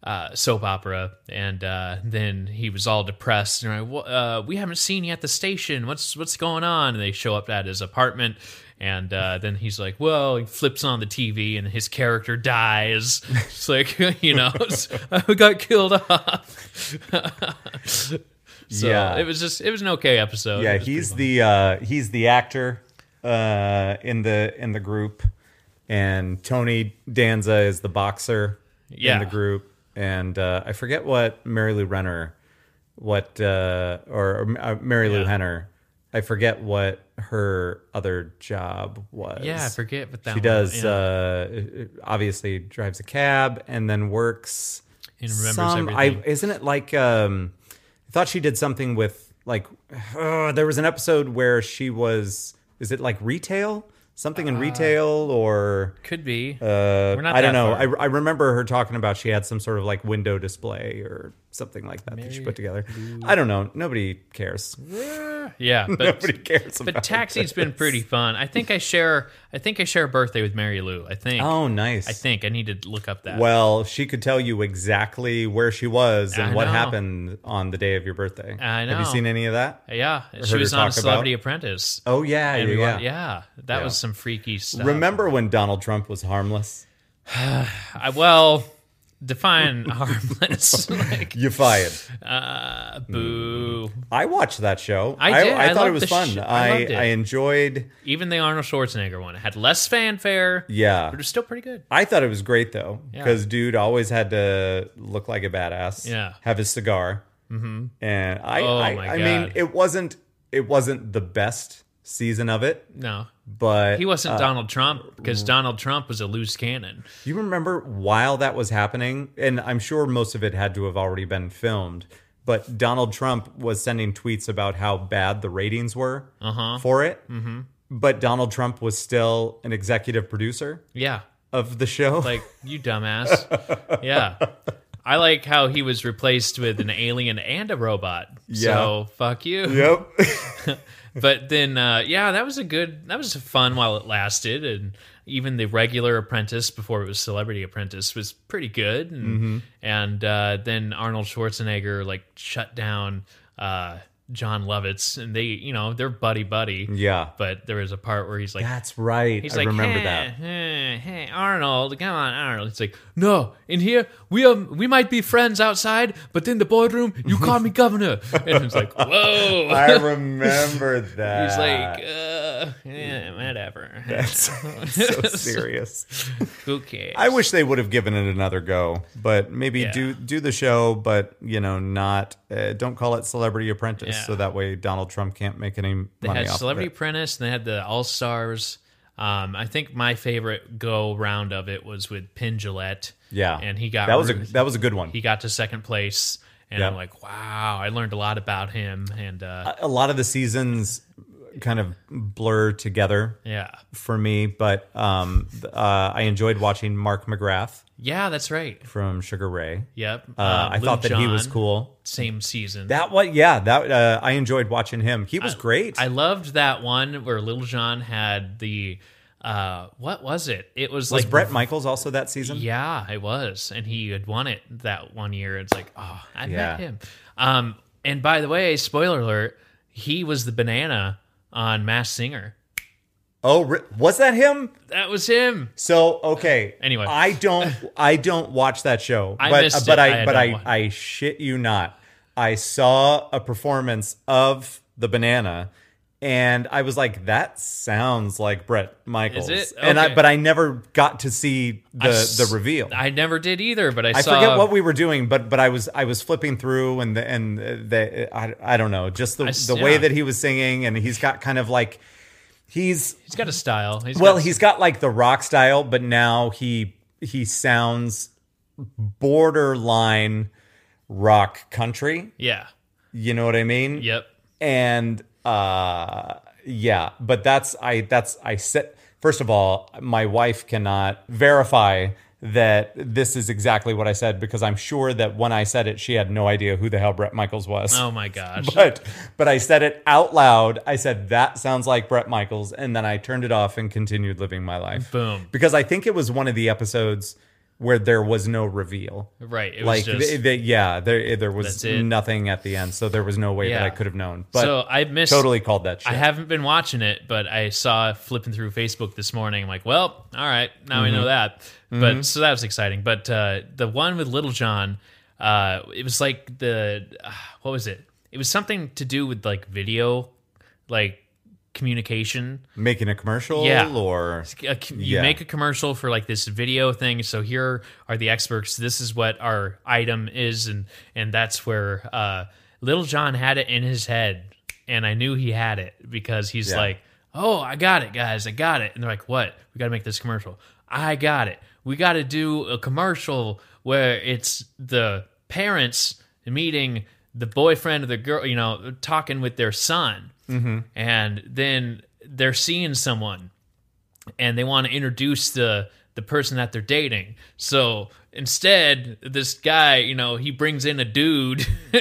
Speaker 2: uh, soap opera, and uh, then he was all depressed. And like, "Wha- uh, we haven't seen you at the station. What's what's going on? And they show up at his apartment, and uh, then he's like, "Well," he flips on the TV, and his character dies. (laughs) It's like you know, it's- (laughs) I got killed off. (laughs) so
Speaker 1: Yeah.
Speaker 2: it was just it was an okay episode. It
Speaker 1: Yeah,
Speaker 2: was
Speaker 1: he's the uh, he's the actor uh, in the in the group, and Tony Danza is the boxer
Speaker 2: Yeah.
Speaker 1: in the group, and uh, I forget what Mary Lou Renner, what uh, or uh, Mary Lou
Speaker 2: Yeah.
Speaker 1: Henner, I forget what her other job was.
Speaker 2: pretty- yeah, I forget what that
Speaker 1: She
Speaker 2: one-
Speaker 1: does.
Speaker 2: yeah.
Speaker 1: Uh, obviously, drives a cab and then works.
Speaker 2: And remembers everything.
Speaker 1: I, isn't it like? Um, I thought she did something with like. Uh, there was an episode where she was. Is it like retail something in retail or
Speaker 2: Could be.
Speaker 1: uh,
Speaker 2: We're not
Speaker 1: I don't
Speaker 2: that
Speaker 1: know.
Speaker 2: far.
Speaker 1: I, I remember her talking about she had some sort of like window display or something like that that she put together. I don't know. Nobody cares. (laughs)
Speaker 2: yeah, but
Speaker 1: Nobody cares. (laughs)
Speaker 2: but
Speaker 1: about
Speaker 2: taxi's
Speaker 1: it.
Speaker 2: been pretty fun. I think I share. I think I share a birthday with Mary Lou. I think.
Speaker 1: Oh, nice.
Speaker 2: I think I need to look up that.
Speaker 1: Well, she could tell you exactly where she was and
Speaker 2: I
Speaker 1: what
Speaker 2: know.
Speaker 1: happened on the day of your birthday.
Speaker 2: I
Speaker 1: Have you
Speaker 2: know.
Speaker 1: seen any of that?
Speaker 2: Uh, yeah, she
Speaker 1: her
Speaker 2: was
Speaker 1: to
Speaker 2: on
Speaker 1: talk
Speaker 2: Celebrity Apprentice.
Speaker 1: Oh yeah,
Speaker 2: and
Speaker 1: yeah.
Speaker 2: we
Speaker 1: yeah.
Speaker 2: wa- yeah, that
Speaker 1: Yeah.
Speaker 2: was some freaky stuff.
Speaker 1: Remember when Donald Trump was harmless?
Speaker 2: I, well, define (laughs) harmless. (laughs) like,
Speaker 1: You fired.
Speaker 2: uh,
Speaker 1: Mm.
Speaker 2: boo.
Speaker 1: I watched that show.
Speaker 2: I did.
Speaker 1: I,
Speaker 2: I
Speaker 1: thought it
Speaker 2: loved
Speaker 1: was
Speaker 2: the
Speaker 1: fun.
Speaker 2: sh- I
Speaker 1: I,
Speaker 2: loved it.
Speaker 1: I enjoyed.
Speaker 2: Even the Arnold Schwarzenegger one it had less fanfare,
Speaker 1: Yeah,
Speaker 2: but it was still pretty good.
Speaker 1: I thought it was great though,
Speaker 2: Yeah.
Speaker 1: because dude always had to look like a badass.
Speaker 2: Yeah.
Speaker 1: have his cigar, mm-hmm. and I,
Speaker 2: Oh,
Speaker 1: I,
Speaker 2: my
Speaker 1: I mean,
Speaker 2: God.
Speaker 1: it wasn't, it wasn't the best season of it,
Speaker 2: No,
Speaker 1: but
Speaker 2: he wasn't Donald Trump
Speaker 1: mm.
Speaker 2: because Donald Trump was a loose cannon.
Speaker 1: you remember while that was happening, and I'm sure most of it had to have already been filmed, but Donald Trump was sending tweets about how bad the ratings were
Speaker 2: Uh-huh.
Speaker 1: for it. Mm-hmm. But Donald Trump was still an executive producer
Speaker 2: Yeah,
Speaker 1: of the show.
Speaker 2: like you dumbass. yeah, I like how he was replaced with an alien and a robot.
Speaker 1: Yeah.
Speaker 2: So fuck you.
Speaker 1: (laughs)
Speaker 2: (laughs)
Speaker 1: yep.
Speaker 2: but then uh, yeah that was a good that was fun while it lasted and even the regular apprentice before it was celebrity apprentice was pretty good and,
Speaker 1: Mm-hmm.
Speaker 2: and uh, then arnold schwarzenegger like shut down uh, john lovitz and they you know they're buddy buddy
Speaker 1: yeah.
Speaker 2: but there was a part where he's like
Speaker 1: That's right.
Speaker 2: He's
Speaker 1: I
Speaker 2: like,
Speaker 1: remember
Speaker 2: hey,
Speaker 1: that.
Speaker 2: Hey, hey, Arnold, come on, Arnold. It's like, no, in here we um, we might be friends outside, but in the boardroom
Speaker 1: (laughs)
Speaker 2: you call me governor. And it's like, whoa.
Speaker 1: I remember that. (laughs)
Speaker 2: (laughs) He's like, uh, yeah, whatever.
Speaker 1: so serious.
Speaker 2: (laughs) Who cares?
Speaker 1: I wish they would have given it another go, but maybe
Speaker 2: Yeah.
Speaker 1: do do the show, but you know, not uh, don't call it Celebrity Apprentice,
Speaker 2: Yeah.
Speaker 1: so that way Donald Trump can't make any
Speaker 2: they
Speaker 1: money
Speaker 2: had
Speaker 1: off
Speaker 2: Celebrity
Speaker 1: of it.
Speaker 2: Apprentice, and they had the All Stars. Um, I think my favorite go round of it was with Pin Gillette.
Speaker 1: Yeah,
Speaker 2: and he got
Speaker 1: that was a
Speaker 2: ru-
Speaker 1: that was a good one.
Speaker 2: he got to second place, and
Speaker 1: Yeah.
Speaker 2: I'm like, wow, I learned a lot about him, and uh,
Speaker 1: a lot of the seasons kind of blur together
Speaker 2: yeah,
Speaker 1: for me, but um, th- uh, I enjoyed watching Mark McGrath
Speaker 2: yeah, that's right.
Speaker 1: from Sugar Ray.
Speaker 2: Yep,
Speaker 1: Uh, I
Speaker 2: Lou
Speaker 1: thought that he was
Speaker 2: John,
Speaker 1: cool.
Speaker 2: Same season.
Speaker 1: That one, yeah, that uh, I enjoyed watching him. He was great.
Speaker 2: I loved that one where Little John had the uh, what was it? It was,
Speaker 1: was
Speaker 2: like
Speaker 1: Brett Michaels also that season?
Speaker 2: Yeah, it was, and he had won it that one year. It's like, oh, I
Speaker 1: Yeah.
Speaker 2: met him. Um, and by the way, spoiler alert: he was the banana on Mass Singer.
Speaker 1: Oh, re- was that him?
Speaker 2: That was him.
Speaker 1: So okay.
Speaker 2: (laughs) Anyway.
Speaker 1: I don't I don't watch that show.
Speaker 2: (laughs) I
Speaker 1: but
Speaker 2: missed
Speaker 1: but
Speaker 2: it.
Speaker 1: I,
Speaker 2: I
Speaker 1: but
Speaker 2: don't
Speaker 1: I
Speaker 2: watch-
Speaker 1: I shit you not. I saw a performance of the banana and I was like that sounds like Brett Michaels.
Speaker 2: it?
Speaker 1: And I
Speaker 2: Okay.
Speaker 1: but I never got to see the
Speaker 2: s-
Speaker 1: the reveal. I,
Speaker 2: I never did either, but I, saw.
Speaker 1: forget what we were doing, but but I was I was flipping through and the, and the I, I don't know just the,
Speaker 2: s-
Speaker 1: the way
Speaker 2: yeah.
Speaker 1: that he was singing and he's got kind of like he's
Speaker 2: he's got a style. He's
Speaker 1: well,
Speaker 2: got,
Speaker 1: he's got like the rock style, but now he he sounds borderline rock country.
Speaker 2: yeah,
Speaker 1: You know what I mean?
Speaker 2: yep.
Speaker 1: And uh yeah, but that's I that's I said first of all, my wife cannot verify that this is exactly what I said because I'm sure that when I said it, she had no idea who the hell Brett Michaels was
Speaker 2: Oh my gosh.
Speaker 1: (laughs) but but I said it out loud. I said that sounds like Brett Michaels, and then I turned it off and continued living my life.
Speaker 2: Boom.
Speaker 1: Because I think it was one of the episodes where there was no reveal.
Speaker 2: right. It
Speaker 1: Like
Speaker 2: was just.
Speaker 1: th- th- yeah, there there was
Speaker 2: That's it.
Speaker 1: nothing at the end, so there was no way that
Speaker 2: Yeah.
Speaker 1: I could have known. But
Speaker 2: so I missed.
Speaker 1: totally called that shit.
Speaker 2: I haven't been watching it, but I saw flipping through Facebook this morning. I'm like, well, all right, now we know that. But so that was exciting. But uh, the one with Little John, uh, it was like the uh, what was it? It was something to do with like video, like communication.
Speaker 1: Making a commercial
Speaker 2: Yeah.
Speaker 1: or
Speaker 2: A com- you
Speaker 1: Yeah.
Speaker 2: make a commercial for like this video thing. So here are the experts. This is what our item is, and and that's where uh, Little John had it in his head, and I knew he had it because he's
Speaker 1: Yeah.
Speaker 2: like, "Oh, I got it, guys, I got it." And they're like, "What? We got to make this commercial. I got it. We got to do a commercial where it's the parents meeting." The boyfriend of the girl, you know,
Speaker 1: Mm-hmm.
Speaker 2: talking with their son, and then they're seeing someone, and they want to introduce the the person that they're dating. So instead, this guy, you know, he brings in a dude, (laughs)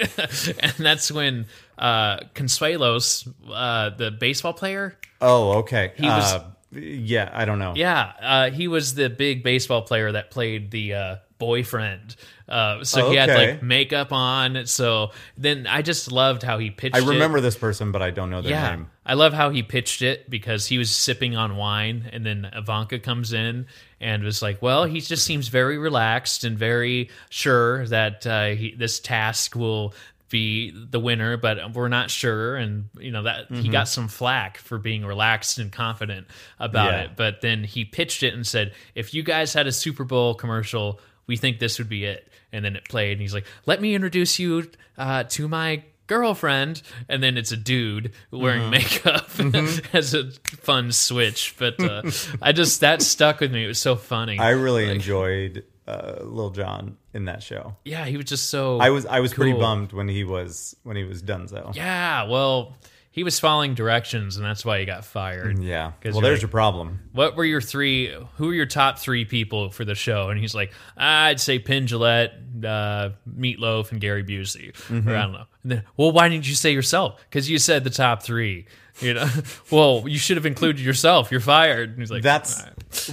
Speaker 2: and that's when uh, Consuelos, uh, the baseball player,
Speaker 1: Oh, okay. He was, uh, yeah, I don't know.
Speaker 2: yeah, uh, he was the big baseball player that played the uh, boyfriend. Uh, so he had
Speaker 1: Okay.
Speaker 2: like makeup on. So then I just loved how he pitched.
Speaker 1: I
Speaker 2: it.
Speaker 1: remember this person, but I don't know their
Speaker 2: Yeah.
Speaker 1: name.
Speaker 2: I love how he pitched it because he was sipping on wine and then Ivanka comes in and was like, well, he just seems very relaxed and very sure that uh, he, this task will be the winner, but we're not sure. And, you know, that he
Speaker 1: Mm-hmm.
Speaker 2: got some flack for being relaxed and confident about
Speaker 1: Yeah.
Speaker 2: it. But then he pitched it and said, if you guys had a Super Bowl commercial, we think this would be it. And then it played, and he's like, let me introduce you uh, to my girlfriend. And then it's a dude
Speaker 1: Uh-huh.
Speaker 2: wearing makeup (laughs)
Speaker 1: Mm-hmm.
Speaker 2: as a fun switch. But uh, I just, that stuck with me. It was so funny.
Speaker 1: I really enjoyed uh, Lil Jon in that show.
Speaker 2: yeah, he was just so.
Speaker 1: I was I was pretty
Speaker 2: Cool.
Speaker 1: bummed when he was when he was done though.
Speaker 2: yeah, well, he was following directions, and that's why he got fired.
Speaker 1: Yeah.
Speaker 2: 'Cause
Speaker 1: Well,
Speaker 2: you're
Speaker 1: there's
Speaker 2: like-
Speaker 1: your problem.
Speaker 2: what were your three who were your top three people for the show and he's like i'd say Penn Jillette, uh, meatloaf and gary busey or i don't know and then well why didn't you say yourself because you said the top three you know (laughs) well you should have included yourself you're fired and he's like
Speaker 1: That's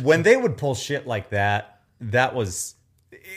Speaker 1: when they would pull shit like that. That was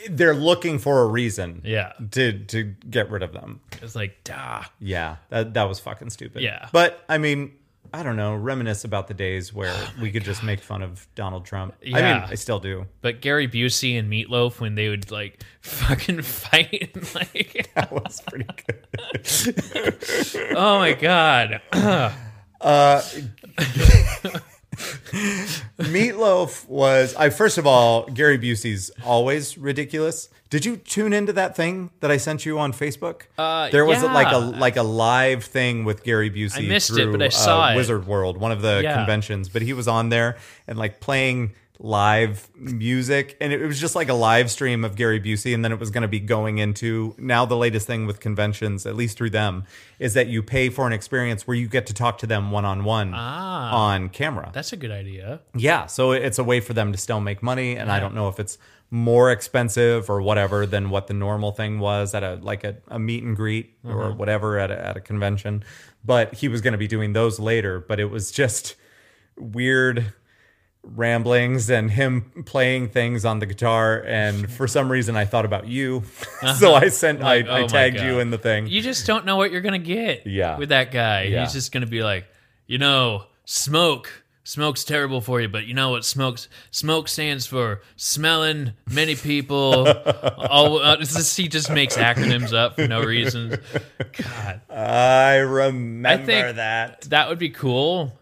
Speaker 1: they're looking for a reason.
Speaker 2: yeah
Speaker 1: To to get rid of them.
Speaker 2: it's like duh
Speaker 1: Yeah. That that was fucking stupid.
Speaker 2: Yeah.
Speaker 1: But I mean. I don't know. Reminisce about the days where we could just make fun of Donald Trump. I
Speaker 2: Yeah.
Speaker 1: mean, I still do. (laughs)
Speaker 2: but gary busey and meatloaf when they would like (laughs) fucking fight and like (laughs)
Speaker 1: That was pretty good.
Speaker 2: oh my god (clears throat)
Speaker 1: Meatloaf was I first of all, Gary Busey's always ridiculous. Did you tune into that thing that I sent you on Facebook? Uh, there was
Speaker 2: yeah.
Speaker 1: like a like a live thing with Gary Busey.
Speaker 2: missed it,
Speaker 1: through,
Speaker 2: but I saw
Speaker 1: uh,
Speaker 2: it.
Speaker 1: Wizard World, one of the
Speaker 2: Yeah.
Speaker 1: conventions. But he was on there and like playing live music, and it was just like a live stream of Gary Busey. And then it was going to be going into now the latest thing with conventions, at least through them, is that you pay for an experience where you get to talk to them one on one
Speaker 2: Ah.
Speaker 1: on camera.
Speaker 2: that's a good idea
Speaker 1: Yeah, so it's a way for them to still make money, and I don't know if it's more expensive or whatever than what the normal thing was at a like a, a meet and greet
Speaker 2: Mm-hmm.
Speaker 1: or whatever at a, at a convention. But he was going to be doing those later, but it was just weird ramblings and him playing things on the guitar. And
Speaker 2: (laughs)
Speaker 1: for some reason, I thought about you, (laughs) so I sent
Speaker 2: Like, oh
Speaker 1: I, I
Speaker 2: my
Speaker 1: tagged
Speaker 2: God.
Speaker 1: you in the thing.
Speaker 2: you just don't know what you're gonna get
Speaker 1: Yeah.
Speaker 2: with that guy
Speaker 1: Yeah.
Speaker 2: he's just gonna be like you know smoke smoke's terrible for you but you know what smokes smoke stands for smelling many
Speaker 1: (laughs)
Speaker 2: people all uh, it's just, he just makes acronyms up for no reason god
Speaker 1: I remember
Speaker 2: think-
Speaker 1: that.
Speaker 2: that would be cool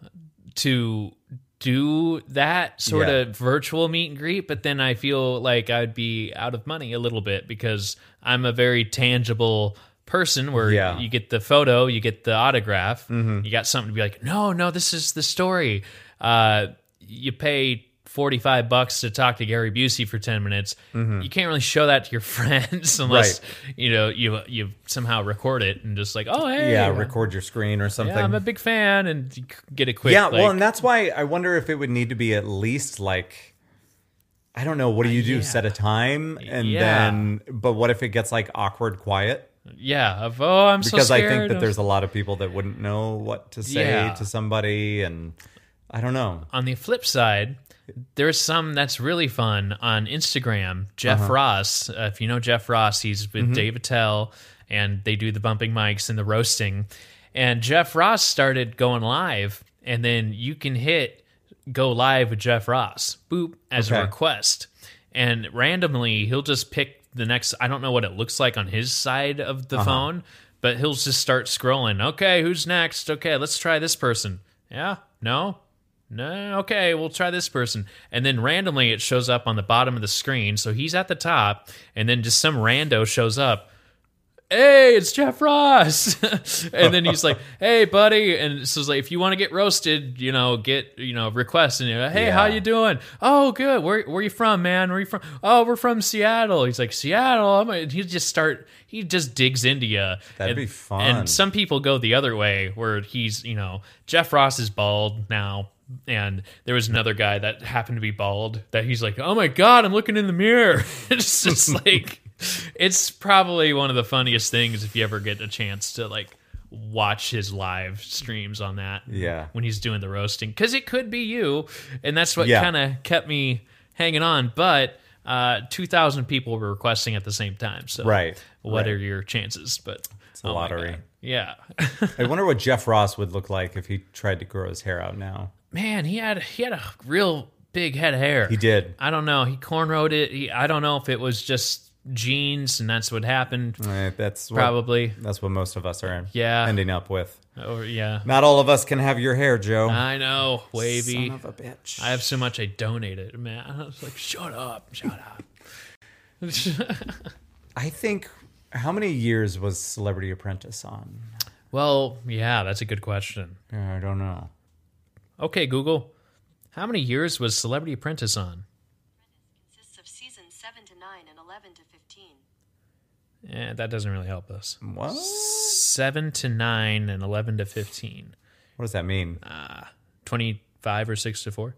Speaker 2: to do that sort
Speaker 1: Yeah.
Speaker 2: of virtual meet and greet but then i feel like i'd be out of money a little bit because i'm a very tangible person where
Speaker 1: Yeah. Mm-hmm.
Speaker 2: you get the photo you get the autograph you got something to be like no no this is the story uh, you pay 45 bucks to talk to gary busey for 10 minutes
Speaker 1: Mm-hmm.
Speaker 2: you can't really show that to your (laughs) friends unless you know you you somehow record it and just like oh hey
Speaker 1: Yeah, record your screen or something.
Speaker 2: yeah, I'm a big fan, and you c- get a quick.
Speaker 1: Yeah, well,
Speaker 2: like-
Speaker 1: and that's why I wonder if it would need to be at least like I don't know, what do you do? Set a time and
Speaker 2: Yeah.
Speaker 1: then but what if it gets like awkward quiet?
Speaker 2: yeah. Of, oh, I'm so
Speaker 1: Because I
Speaker 2: scared.
Speaker 1: think that there's a lot of people that wouldn't know what to say
Speaker 2: Yeah.
Speaker 1: to somebody and I don't know.
Speaker 2: on the flip side, there's some that's really fun on Instagram. Jeff Ross, uh, if you know Jeff Ross, he's with Dave Attell, and they do the bumping mics and the roasting. And Jeff Ross started going live, and then you can hit go live with Jeff Ross, boop, as a
Speaker 1: Okay.
Speaker 2: request. And randomly, he'll just pick the next, I don't know what it looks like on his side of the phone, but he'll just start scrolling. Okay, who's next? Okay, let's try this person. Yeah, no, no, okay, we'll try this person. And then randomly it shows up on the bottom of the screen. So he's at the top, and then just some rando shows up. Hey, it's Jeff Ross. (laughs) and
Speaker 1: (laughs)
Speaker 2: then he's like, Hey, buddy. And so it's like, if you want to get roasted, you know, get, you know, request and you're like, Hey, how
Speaker 1: Yeah.
Speaker 2: you doing? Oh, good. Where where you from, man? Where you from? Oh, we're from Seattle. He's like, Seattle. I'm and he just start he just digs into you.
Speaker 1: That'd
Speaker 2: and,
Speaker 1: be fun.
Speaker 2: And some people go the other way where he's, you know, Jeff Ross is bald now. and there was another guy that happened to be bald that he's like, "Oh my god, I'm looking in the mirror." (laughs)
Speaker 1: (laughs)
Speaker 2: it's just like it's probably one of the funniest things if you ever get a chance to like watch his live streams on that
Speaker 1: Yeah.
Speaker 2: when he's doing the roasting because it could be you and that's what
Speaker 1: Yeah.
Speaker 2: kind of kept me hanging on but uh 2000 people were requesting at the same time so
Speaker 1: Right,
Speaker 2: what
Speaker 1: right.
Speaker 2: are oh your chances but it's
Speaker 1: a lottery.
Speaker 2: yeah (laughs)
Speaker 1: I wonder what Jeff Ross would look like if he tried to grow his hair out now.
Speaker 2: man he had he had a real big head of hair
Speaker 1: He did.
Speaker 2: i don't know he cornrowed it he, i don't know if it was just genes and that's what happened
Speaker 1: Eh, That's what,
Speaker 2: probably
Speaker 1: That's what most of us are
Speaker 2: Yeah.
Speaker 1: ending up with.
Speaker 2: or yeah
Speaker 1: Not all of us can have your hair, Joe.
Speaker 2: i know wavy
Speaker 1: Son of a bitch.
Speaker 2: I have so much I donated, man. (laughs) I was like, shut up, shut up.
Speaker 1: I think how many years was Celebrity Apprentice on?
Speaker 2: (laughs) well, yeah, that's a good question.
Speaker 1: I don't know.
Speaker 2: Okay, Google, how many years was Celebrity Apprentice on?
Speaker 3: consists of seasons 7 to 9 and 11 to 15.
Speaker 2: Eh, that doesn't really help us.
Speaker 1: What?
Speaker 2: Seven to nine and 11 to 15.
Speaker 1: What does that mean?
Speaker 2: 25 or six to four?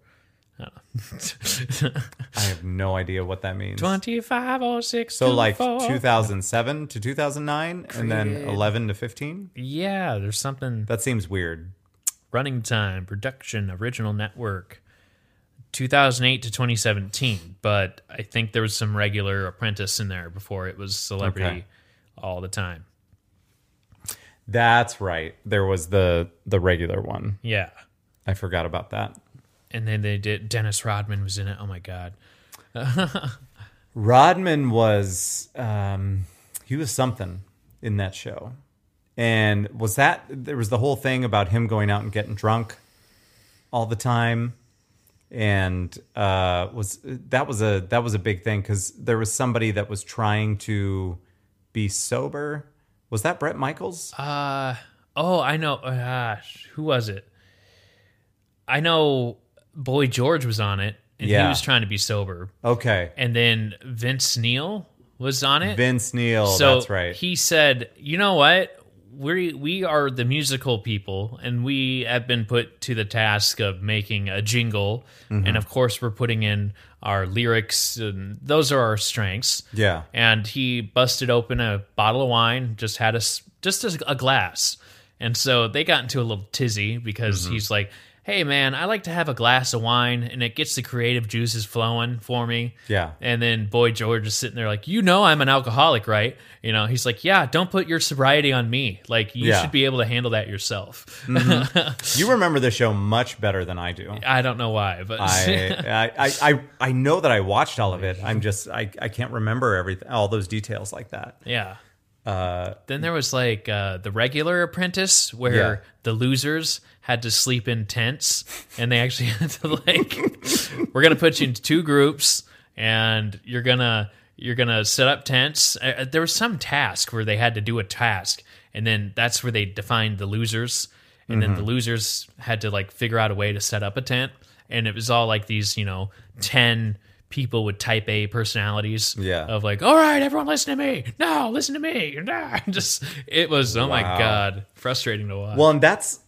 Speaker 2: I don't know. (laughs)
Speaker 1: I have no idea what that means.
Speaker 2: 25 or six
Speaker 1: So
Speaker 2: to
Speaker 1: like
Speaker 2: four.
Speaker 1: 2007 to 2009 and then 11 to 15?
Speaker 2: yeah, there's something.
Speaker 1: That seems weird.
Speaker 2: Running time, production, original network, 2008 to 2017. But I think there was some regular apprentice in there before it was celebrity
Speaker 1: Okay.
Speaker 2: all the time.
Speaker 1: That's right. There was the the regular one.
Speaker 2: Yeah.
Speaker 1: I forgot about that.
Speaker 2: And then they did, Dennis Rodman was in it. Oh my God.
Speaker 1: Rodman was um he was something in that show. And was that there was the whole thing about him going out and getting drunk all the time and uh was that was a that was a big thing cuz there was somebody that was trying to be sober. Was that Brett Michaels?
Speaker 2: Uh, oh, I know. Uh, who was it? I know Boy George was on it and he
Speaker 1: Yeah.
Speaker 2: was trying to be sober.
Speaker 1: Okay.
Speaker 2: And then Vince Neal was on it.
Speaker 1: Vince Neil,
Speaker 2: so
Speaker 1: that's right.
Speaker 2: He said, "You know what? We we are the musical people, and we have been put to the task of making a jingle,
Speaker 1: Mm-hmm.
Speaker 2: and of course we're putting in our lyrics, and those are our strengths."
Speaker 1: yeah.
Speaker 2: And he busted open a bottle of wine, just had us just a, a glass, and so they got into a little tizzy because
Speaker 1: Mm-hmm.
Speaker 2: he's like. Hey man, I like to have a glass of wine and it gets the creative juices flowing for me.
Speaker 1: Yeah.
Speaker 2: And then Boy George is sitting there like, you know, I'm an alcoholic, right? You know, he's like, yeah, don't put your sobriety on me. Like, you
Speaker 1: Yeah. Mm-hmm.
Speaker 2: should be able to handle that yourself.
Speaker 1: You remember the show much better than I do.
Speaker 2: (laughs) I don't know why, but
Speaker 1: I,
Speaker 2: (laughs)
Speaker 1: I, I, I- I know that I watched all of it. I'm just I, I can't remember everything, all those details like that.
Speaker 2: yeah. then there was like uh, the regular apprentice where
Speaker 1: Yeah.
Speaker 2: the losers had to sleep in tents and they actually (laughs) had to like we're gonna put you into two groups and you're gonna you're gonna set up tents uh, there was some task where they had to do a task and then that's where they defined the losers and then
Speaker 1: Mm-hmm.
Speaker 2: the losers had to like figure out a way to set up a tent and it was all like these you know 10 people with type a personalities
Speaker 1: Yeah.
Speaker 2: of like, all right, everyone, listen to me. No, listen to me. (laughs) Nah. Just it was. Oh my god, frustrating to watch.
Speaker 1: Well, and that's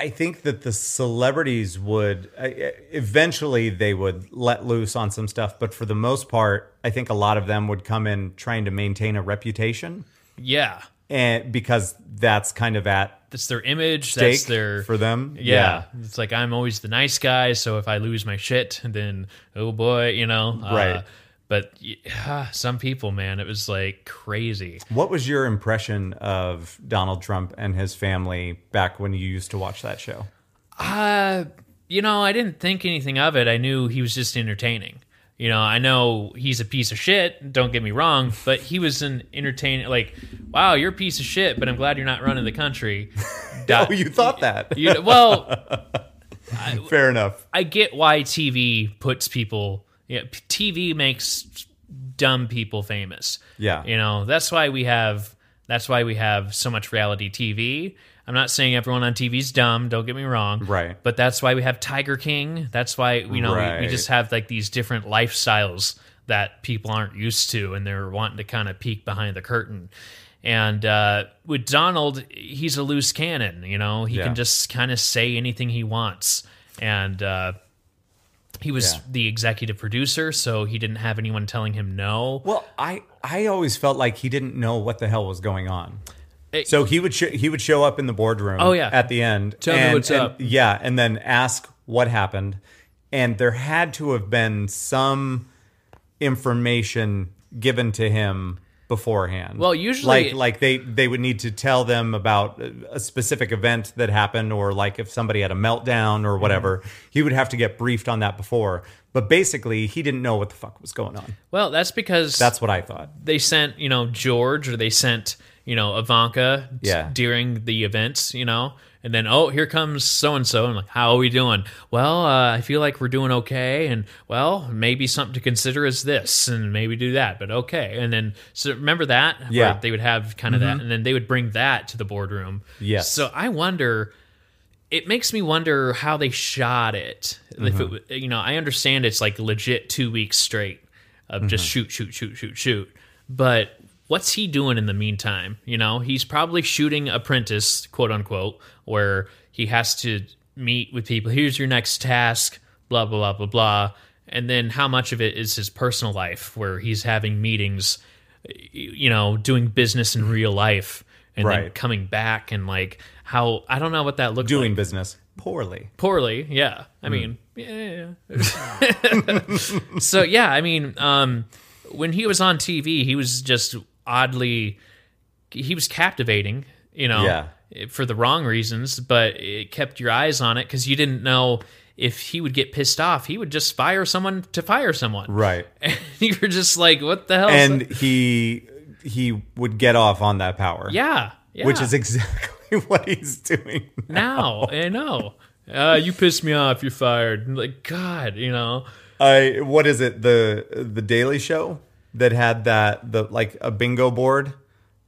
Speaker 1: I think that the celebrities would I- I- eventually they would let loose on some stuff, but for the most part, I think a lot of them would come in trying to maintain a reputation,
Speaker 2: yeah,
Speaker 1: and because that's kind of at
Speaker 2: that's their image.
Speaker 1: stake
Speaker 2: that's their.
Speaker 1: for them.
Speaker 2: yeah. it's like I'm always the nice guy. So if I lose my shit, then oh boy, you know, Uh,
Speaker 1: Right.
Speaker 2: but yeah, (sighs) some people, man, it was like crazy.
Speaker 1: What was your impression of Donald Trump and his family back when you used to watch that show?
Speaker 2: Uh, you know, I didn't think anything of it. I knew he was just entertaining. You know, I know he's a piece of shit. Don't get me wrong, but he was an entertaining. Like, wow, you're a piece of shit, but I'm glad you're not running the country. Dot-
Speaker 1: (laughs) Oh, you thought that.
Speaker 2: you- well,
Speaker 1: (laughs) Fair enough.
Speaker 2: I get why TV puts people. Yeah, TV makes dumb people famous.
Speaker 1: Yeah.
Speaker 2: you know that's why we have. That's why we have so much reality TV. I'm not saying everyone on TV's dumb. Don't get me wrong.
Speaker 1: Right.
Speaker 2: But that's why we have Tiger King. That's why you know we, we
Speaker 1: Right.
Speaker 2: just have like these different lifestyles that people aren't used to, and they're wanting to kind of peek behind the curtain. And uh, with Donald, he's a loose cannon. You know, he
Speaker 1: Yeah.
Speaker 2: can just kind of say anything he wants, and uh, he was
Speaker 1: Yeah.
Speaker 2: the executive producer, so he didn't have anyone telling him no.
Speaker 1: Well, I I always felt like he didn't know what the hell was going on.
Speaker 2: It-
Speaker 1: so he would sh- he would show up in the boardroom.
Speaker 2: Oh, yeah.
Speaker 1: at the end.
Speaker 2: Tell me
Speaker 1: and-
Speaker 2: what's
Speaker 1: and-
Speaker 2: up.
Speaker 1: Yeah, and then ask what happened, and there had to have been some information given to him beforehand.
Speaker 2: Well, usually-
Speaker 1: like like they they would need to tell them about a specific event that happened, or like if somebody had a meltdown or whatever,
Speaker 2: Mm-hmm.
Speaker 1: he would have to get briefed on that before. But basically, he didn't know what the fuck was going on.
Speaker 2: Well, that's because
Speaker 1: That's what I thought.
Speaker 2: they sent you know George or they sent you know Ivanka t-
Speaker 1: Yeah.
Speaker 2: during the events, you know, and then oh here comes so and so and like how are we doing? Well, uh, I feel like we're doing okay, and well maybe something to consider is this, and maybe do that, but okay, and then so remember that Where
Speaker 1: Yeah. Mm-hmm.
Speaker 2: they would have kind of that, and then they would bring that to the boardroom.
Speaker 1: Yes.
Speaker 2: so I wonder it makes me wonder how they shot it.
Speaker 1: Mm-hmm.
Speaker 2: If it, wa- you know, I understand it's like legit two weeks straight of just
Speaker 1: Mm-hmm.
Speaker 2: shoot, shoot, shoot, shoot, shoot. But what's he doing in the meantime? You know, he's probably shooting Apprentice, quote unquote, where he has to meet with people. Here's your next task. Blah blah blah blah blah. And then how much of it is his personal life, where he's having meetings, y- you know, doing business in real life, and then
Speaker 1: Right.
Speaker 2: coming back and like how I don't know what that looked like
Speaker 1: doing Hmm. business poorly.
Speaker 2: poorly yeah i mean yeah, yeah. (laughs) so yeah i mean um when he was on tv he was just oddly he was captivating you know
Speaker 1: Yeah.
Speaker 2: for the wrong reasons but it kept your eyes on it because you didn't know if he would get pissed off he would just fire someone to fire someone
Speaker 1: Right.
Speaker 2: and (laughs) you were just like what the hell is
Speaker 1: And
Speaker 2: that?
Speaker 1: he he would get off on that power.
Speaker 2: yeah, yeah
Speaker 1: Which is exactly (laughs) what he's doing. (laughs)
Speaker 2: now i know uh, you pissed me off you're fired like god you know
Speaker 1: I what is it? The the Daily Show that had that the like a bingo board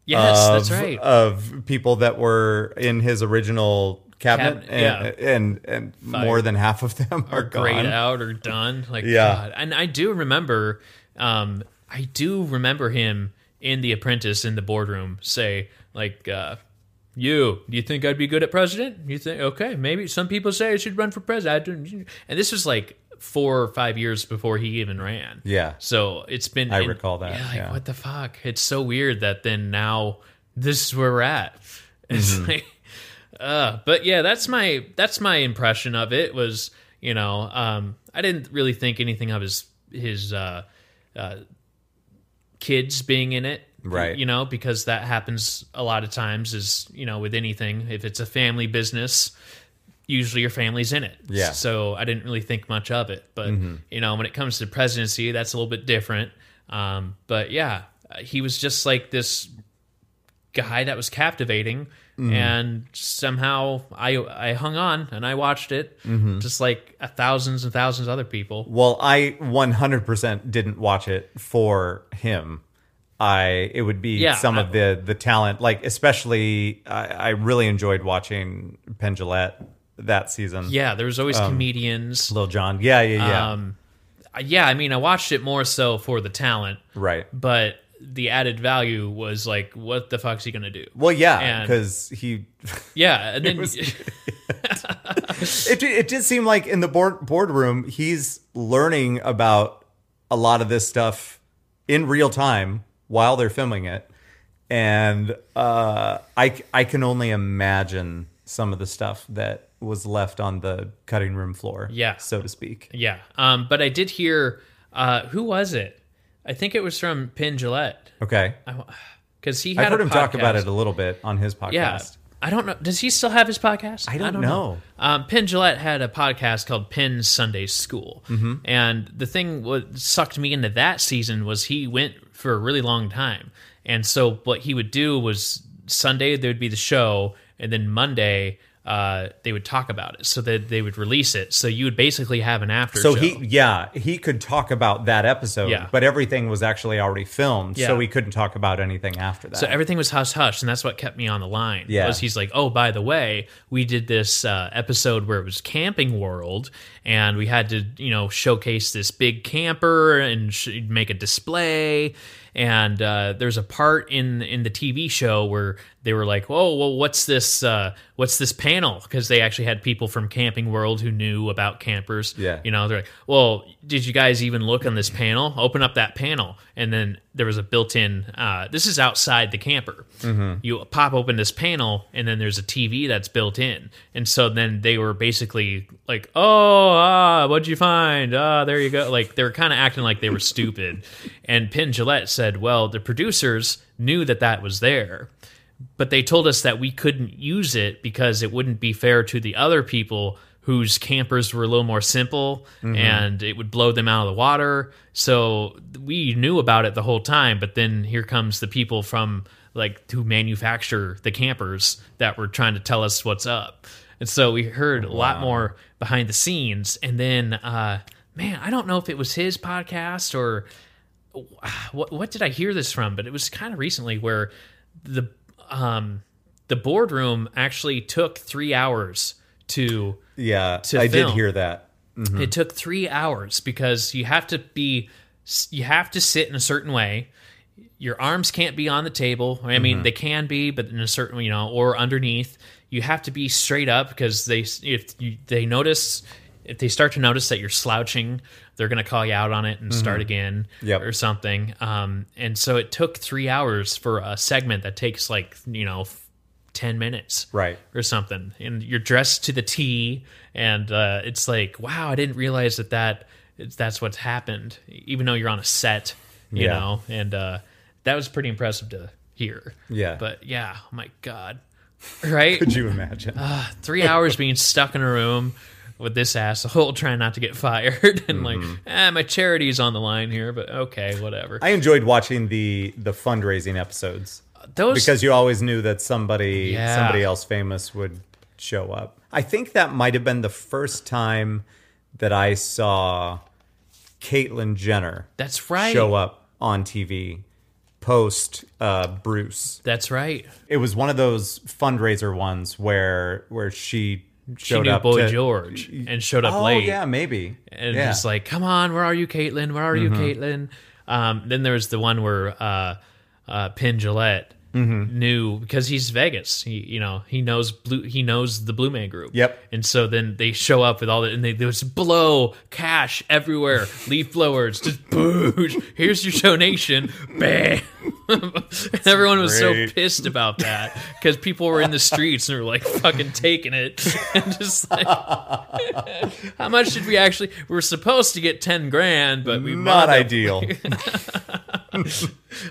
Speaker 2: yes
Speaker 1: of,
Speaker 2: that's right
Speaker 1: of people that were in his original cabinet,
Speaker 2: Cabinet,
Speaker 1: and, and and more than half of them (laughs) are,
Speaker 2: grayed
Speaker 1: gone.
Speaker 2: out or done. Like
Speaker 1: Yeah.
Speaker 2: God. And I do remember um I do remember him in The Apprentice in the boardroom say, like, uh, you, do you think I'd be good at president? You think okay, maybe some people say I should run for president. I didn't- And this was like four or five years before he even ran.
Speaker 1: Yeah.
Speaker 2: So it's been
Speaker 1: I recall that,
Speaker 2: Yeah, like,
Speaker 1: yeah.
Speaker 2: what the fuck? It's so weird that then now this is where we're at. (laughs) It's
Speaker 1: Mm-hmm.
Speaker 2: like uh, but yeah, that's my that's my impression of it was, you know, um I didn't really think anything of his his uh uh kids being in it.
Speaker 1: Right.
Speaker 2: You know, because that happens a lot of times is, you know, with anything, if it's a family business, usually your family's in it.
Speaker 1: Yeah. Mm-hmm.
Speaker 2: So I didn't really think much of it. But, you know, when it comes to presidency, that's a little bit different. Um, but yeah, uh, he was just like this guy that was captivating.
Speaker 1: Mm-hmm.
Speaker 2: And somehow I I hung on and I watched it
Speaker 1: Mm-hmm.
Speaker 2: just like a thousands and thousands of other people.
Speaker 1: Well, I 100% didn't watch it for him. I it would be
Speaker 2: Yeah,
Speaker 1: some
Speaker 2: I-
Speaker 1: of the the talent, like especially I, I really enjoyed watching Penn Jillette that season.
Speaker 2: Yeah, there was always comedians.
Speaker 1: Lil John. Yeah, yeah, Um, yeah.
Speaker 2: Um, I- yeah, I mean, I watched it more so for the talent,
Speaker 1: right.
Speaker 2: but the added value was like, what the fuck's he gonna do?
Speaker 1: Well, yeah,
Speaker 2: and-
Speaker 1: because he
Speaker 2: Yeah,
Speaker 1: (laughs)
Speaker 2: and then
Speaker 1: it did- it did seem like in the board boardroom he's learning about a lot of this stuff in real time while they're filming it, and uh, I c- I can only imagine some of the stuff that was left on the cutting room floor,
Speaker 2: Yeah.
Speaker 1: so to speak.
Speaker 2: yeah, um, but I did hear uh, who was it? I think it was from Penn Gillette
Speaker 1: Okay,
Speaker 2: because he had
Speaker 1: I've heard
Speaker 2: a
Speaker 1: him talk about
Speaker 2: podcast.
Speaker 1: it a little bit on his podcast.
Speaker 2: Yeah. I don't know. Does he still have his podcast?
Speaker 1: I don't know.
Speaker 2: Um, Penn Gillette had a podcast called Penn Sunday School, mm-hmm. and the thing what sucked me into that season was he went for a really long time, and so what he would do was Sunday there would be the show, and then Monday uh, they would talk about it, so that they would release it. So you would basically have an after.
Speaker 1: So
Speaker 2: show.
Speaker 1: he, yeah, he could talk about that episode,
Speaker 2: Yeah.
Speaker 1: but everything was actually already filmed, so
Speaker 2: Yeah.
Speaker 1: he couldn't talk about anything after that.
Speaker 2: So everything was hush hush, and that's what kept me on the line.
Speaker 1: Yeah.
Speaker 2: was he's like, oh, by the way, we did this uh, episode where it was Camping World, and we had to, you know, showcase this big camper and sh- make a display, And uh, there's a part in in the TV show where they were like, "Oh, well, what's this? Uh, what's this panel?" Because they actually had people from Camping World who knew about campers.
Speaker 1: Yeah.
Speaker 2: you know, they're like, "Well, did you guys even look on this panel? Open up that panel." And then there was a built-in. Uh, this is outside the camper. You pop open this panel, and then there's a TV that's built in. And so then they were basically like, "Oh, ah, what'd you find? Ah, there you go." Like they were kind of acting like they were stupid. And Penn Gillette said, "Well, the producers knew that that was there." but they told us that we couldn't use it because it wouldn't be fair to the other people whose campers were a little more simple and it would blow them out of the water. So we knew about it the whole time, but then here comes the people from like who manufacture the campers that were trying to tell us what's up. And so we heard a lot more behind the scenes and then uh man, I don't know if it was his podcast or what what did I hear this from? But it was kind of recently where the um the boardroom actually took three hours to
Speaker 1: Yeah,
Speaker 2: To
Speaker 1: I did
Speaker 2: film.
Speaker 1: hear that.
Speaker 2: it took three hours because you have to be you have to sit in a certain way. Your arms can't be on the table. I
Speaker 1: Mm-hmm.
Speaker 2: mean, they can be, but in a certain you know or underneath. You have to be straight up because they if you, they notice if they start to notice that you're slouching, they're going to call you out on it and start again
Speaker 1: Mm-hmm. Yep.
Speaker 2: or something. Um, and so it took three hours for a segment that takes like you know f- ten minutes
Speaker 1: Right.
Speaker 2: or something and you're dressed to the t and uh, it's like wow i didn't realize that that it's, that's what's happened even though you're on a set you
Speaker 1: Yeah.
Speaker 2: know and uh, that was pretty impressive to hear
Speaker 1: Yeah.
Speaker 2: but yeah oh my god right
Speaker 1: Could you imagine?
Speaker 2: (laughs) three hours being stuck in a room with this asshole trying not to get fired and like ah, my charity's on the line here but okay whatever
Speaker 1: Mm-hmm. I enjoyed watching the the fundraising episodes
Speaker 2: those
Speaker 1: because you always knew that somebody
Speaker 2: Oh, Yeah.
Speaker 1: somebody else famous would show up. I think that might have been the first time that I saw Caitlyn Jenner
Speaker 2: that's right
Speaker 1: show up on TV post uh, Bruce.
Speaker 2: that's right
Speaker 1: It was one of those fundraiser ones where where she
Speaker 2: she
Speaker 1: showed
Speaker 2: knew
Speaker 1: up
Speaker 2: boy
Speaker 1: to-
Speaker 2: george and showed up
Speaker 1: Oh
Speaker 2: late
Speaker 1: yeah, maybe.
Speaker 2: and
Speaker 1: yeah. Mm-hmm.
Speaker 2: just like, "Come on, where are you, Caitlin? Where are you, Caitlin?" Um, then there was the one where uh, uh, Penn Gillette
Speaker 1: Mm-hmm.
Speaker 2: knew because he's Vegas. He, you know, he knows blue. He knows the Blue Man Group.
Speaker 1: Yep.
Speaker 2: And so then they show up with all that, and they, they just blow cash
Speaker 1: (laughs)
Speaker 2: everywhere, leaf blowers, just boosh. Here's your donation, bam. (laughs) and everyone was so
Speaker 1: great.
Speaker 2: pissed about that because people were in the streets and were like fucking taking it (laughs) and just like how much did we actually? We were supposed to get ten grand, but we
Speaker 1: not
Speaker 2: wound up- (laughs)
Speaker 1: ideal.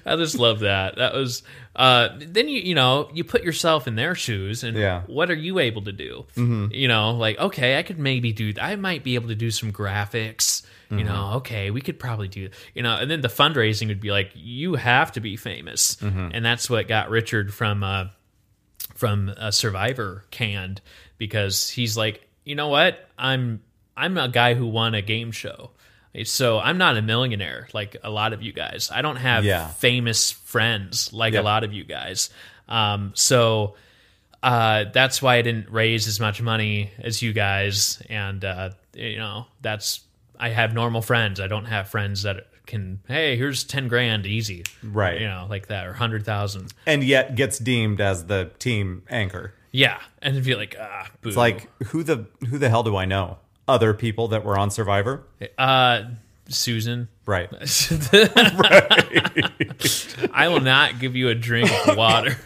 Speaker 2: I just love that. That was. Uh, then you you know you put yourself in their shoes, and
Speaker 1: Yeah. Mm-hmm.
Speaker 2: what are you able to do? You know, like okay, I could maybe do. I might be able to do some graphics. You
Speaker 1: Mm-hmm.
Speaker 2: know, okay, we could probably do. You know, and then the fundraising would be like you have to be famous,
Speaker 1: Mm-hmm.
Speaker 2: and that's what got Richard from. Uh, from a survivor canned because he's like you know what i'm i'm a guy who won a game show so i'm not a millionaire like a lot of you guys i don't have
Speaker 1: Yeah.
Speaker 2: famous friends like
Speaker 1: Yep.
Speaker 2: a lot of you guys um, so uh, that's why i didn't raise as much money as you guys and uh, you know that's i have normal friends i don't have friends that can hey here's 10 grand easy
Speaker 1: Right.
Speaker 2: you know like that or 100000
Speaker 1: and yet gets deemed as the team anchor.
Speaker 2: yeah, and it'd be like, ah, boo.
Speaker 1: It's like who the who the hell do I know? Other people that were on Survivor,
Speaker 2: uh, Susan.
Speaker 1: right?
Speaker 2: I will not give you a drink
Speaker 1: (laughs)
Speaker 2: of water.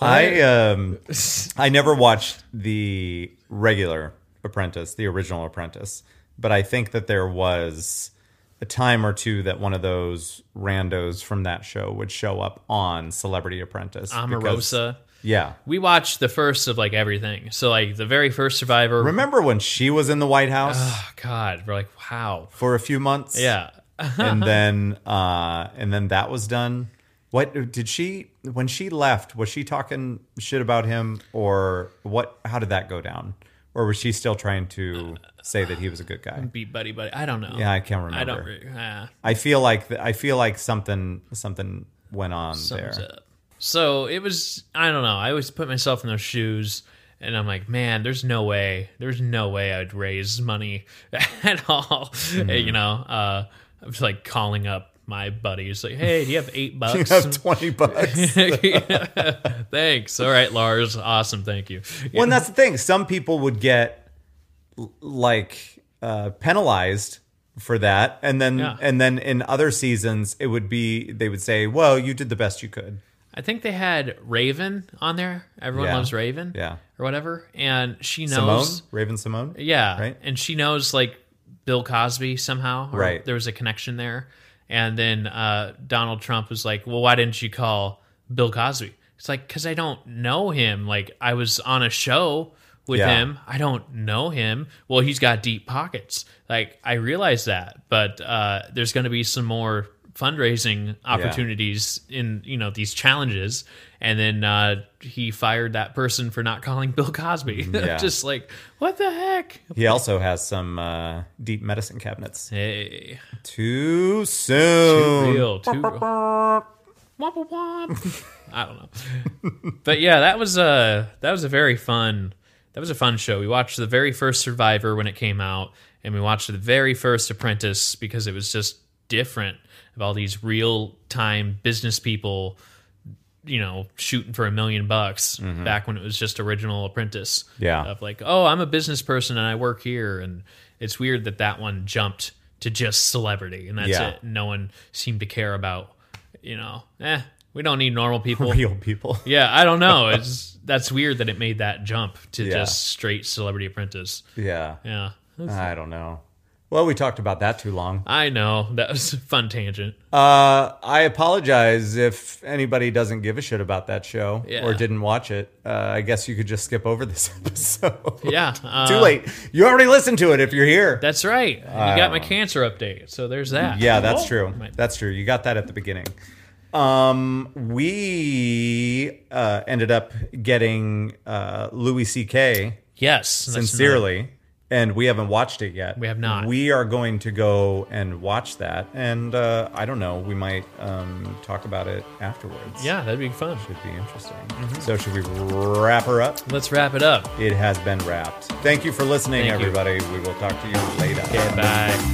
Speaker 1: I um I never watched the regular Apprentice, the original Apprentice, but I think that there was a time or two that one of those randos from that show would show up on Celebrity Apprentice. because-
Speaker 2: Omarosa.
Speaker 1: yeah.
Speaker 2: We watched the first of like everything. So like the very first Survivor.
Speaker 1: Remember when she was in the White House
Speaker 2: (sighs) Oh, God, we're like, wow.
Speaker 1: for a few months?
Speaker 2: Yeah. (laughs)
Speaker 1: and then uh and then that was done what did she when she left was she talking shit about him or what how did that go down or was she still trying to say that he was a good guy
Speaker 2: Be buddy buddy. I don't know.
Speaker 1: yeah i can't remember
Speaker 2: I don't. Re- ah,
Speaker 1: I feel like th- i feel like something something went on there
Speaker 2: thumbs
Speaker 1: (laughs)
Speaker 2: up. So it was. I don't know. I always put myself in those shoes, and I'm like, man, there's no way. There's no way I'd (laughs)
Speaker 1: Mm-hmm.
Speaker 2: raise money at all. You know, uh, I was like calling up my buddies. Like, hey, do you have
Speaker 1: (laughs)
Speaker 2: eight bucks?
Speaker 1: You have 20
Speaker 2: (laughs)
Speaker 1: bucks.
Speaker 2: Thanks. All right, Lars. Awesome. Thank you.
Speaker 1: Well, and that's the thing. Some people would get l- like uh, penalized for that, and then
Speaker 2: Yeah.
Speaker 1: and then in other seasons, it would be they would say, "Well, you did the best you could."
Speaker 2: I think they had Raven on there. Everyone
Speaker 1: Yeah.
Speaker 2: loves Raven.
Speaker 1: Yeah.
Speaker 2: Or whatever. And she
Speaker 1: Simone,
Speaker 2: knows.
Speaker 1: Raven Simone.
Speaker 2: Yeah.
Speaker 1: Right?
Speaker 2: And she knows like Bill Cosby somehow. or
Speaker 1: Right.
Speaker 2: There was a connection there. And then uh, Donald Trump was like, well, why didn't you call Bill Cosby? It's like, because I don't know him. Like, I was on a show with
Speaker 1: Yeah.
Speaker 2: him. I don't know him. Well, he's got deep pockets. Like, I realize that. But uh, there's going to be some more fundraising opportunities in you know these challenges and then uh he fired that person for not calling bill cosby (laughs)
Speaker 1: Yeah.
Speaker 2: just like what the heck
Speaker 1: He also has some uh, deep medicine cabinets.
Speaker 2: Hey,
Speaker 1: Too soon.
Speaker 2: real, too real. Womp, womp, womp. (laughs) I don't know, but yeah, that was a that was a very fun that was a fun show. We watched the very first Survivor when it came out, and we watched the very first Apprentice because it was just different of all these real time business people, you know, shooting for a million bucks back when it was just original Apprentice.
Speaker 1: Mm-hmm. Yeah.
Speaker 2: of like, oh, I'm a business person and I work here, and it's weird that that one jumped to just celebrity, and that's
Speaker 1: Yeah.
Speaker 2: it. No one seemed to care about, you know, eh, we don't need
Speaker 1: (laughs)
Speaker 2: normal people.
Speaker 1: Real
Speaker 2: (laughs)
Speaker 1: people.
Speaker 2: Yeah, I don't know. It's that's weird that it made that jump to
Speaker 1: Yeah.
Speaker 2: just straight Celebrity Apprentice.
Speaker 1: Yeah.
Speaker 2: Yeah,
Speaker 1: I don't know. Well, we talked about that too long.
Speaker 2: I know that was a fun tangent.
Speaker 1: Uh, I apologize if anybody doesn't give a shit about that show
Speaker 2: Yeah.
Speaker 1: or didn't watch it. Uh, I guess you could just skip over this (laughs) episode.
Speaker 2: Yeah,
Speaker 1: (laughs)
Speaker 2: uh,
Speaker 1: Too late. You already listened to it if you're here.
Speaker 2: That's right. You got my cancer update, so there's that.
Speaker 1: yeah, that's
Speaker 2: Oh,
Speaker 1: true.
Speaker 2: my-
Speaker 1: That's true. You got that at the beginning. Um, we uh, ended up getting uh, Louis C.K.
Speaker 2: yes, that's
Speaker 1: sincerely, and we haven't watched it yet.
Speaker 2: We have not.
Speaker 1: We are going to go and watch that, and uh, I don't know. We might um, talk about it afterwards.
Speaker 2: another- Yeah, that'd be fun.
Speaker 1: Should be interesting.
Speaker 2: Mm-hmm.
Speaker 1: So, should we wrap her up?
Speaker 2: Let's wrap it up.
Speaker 1: It has been wrapped. Thank you for listening,
Speaker 2: Thank you.
Speaker 1: everybody. We will talk to you later.
Speaker 2: Okay, bye.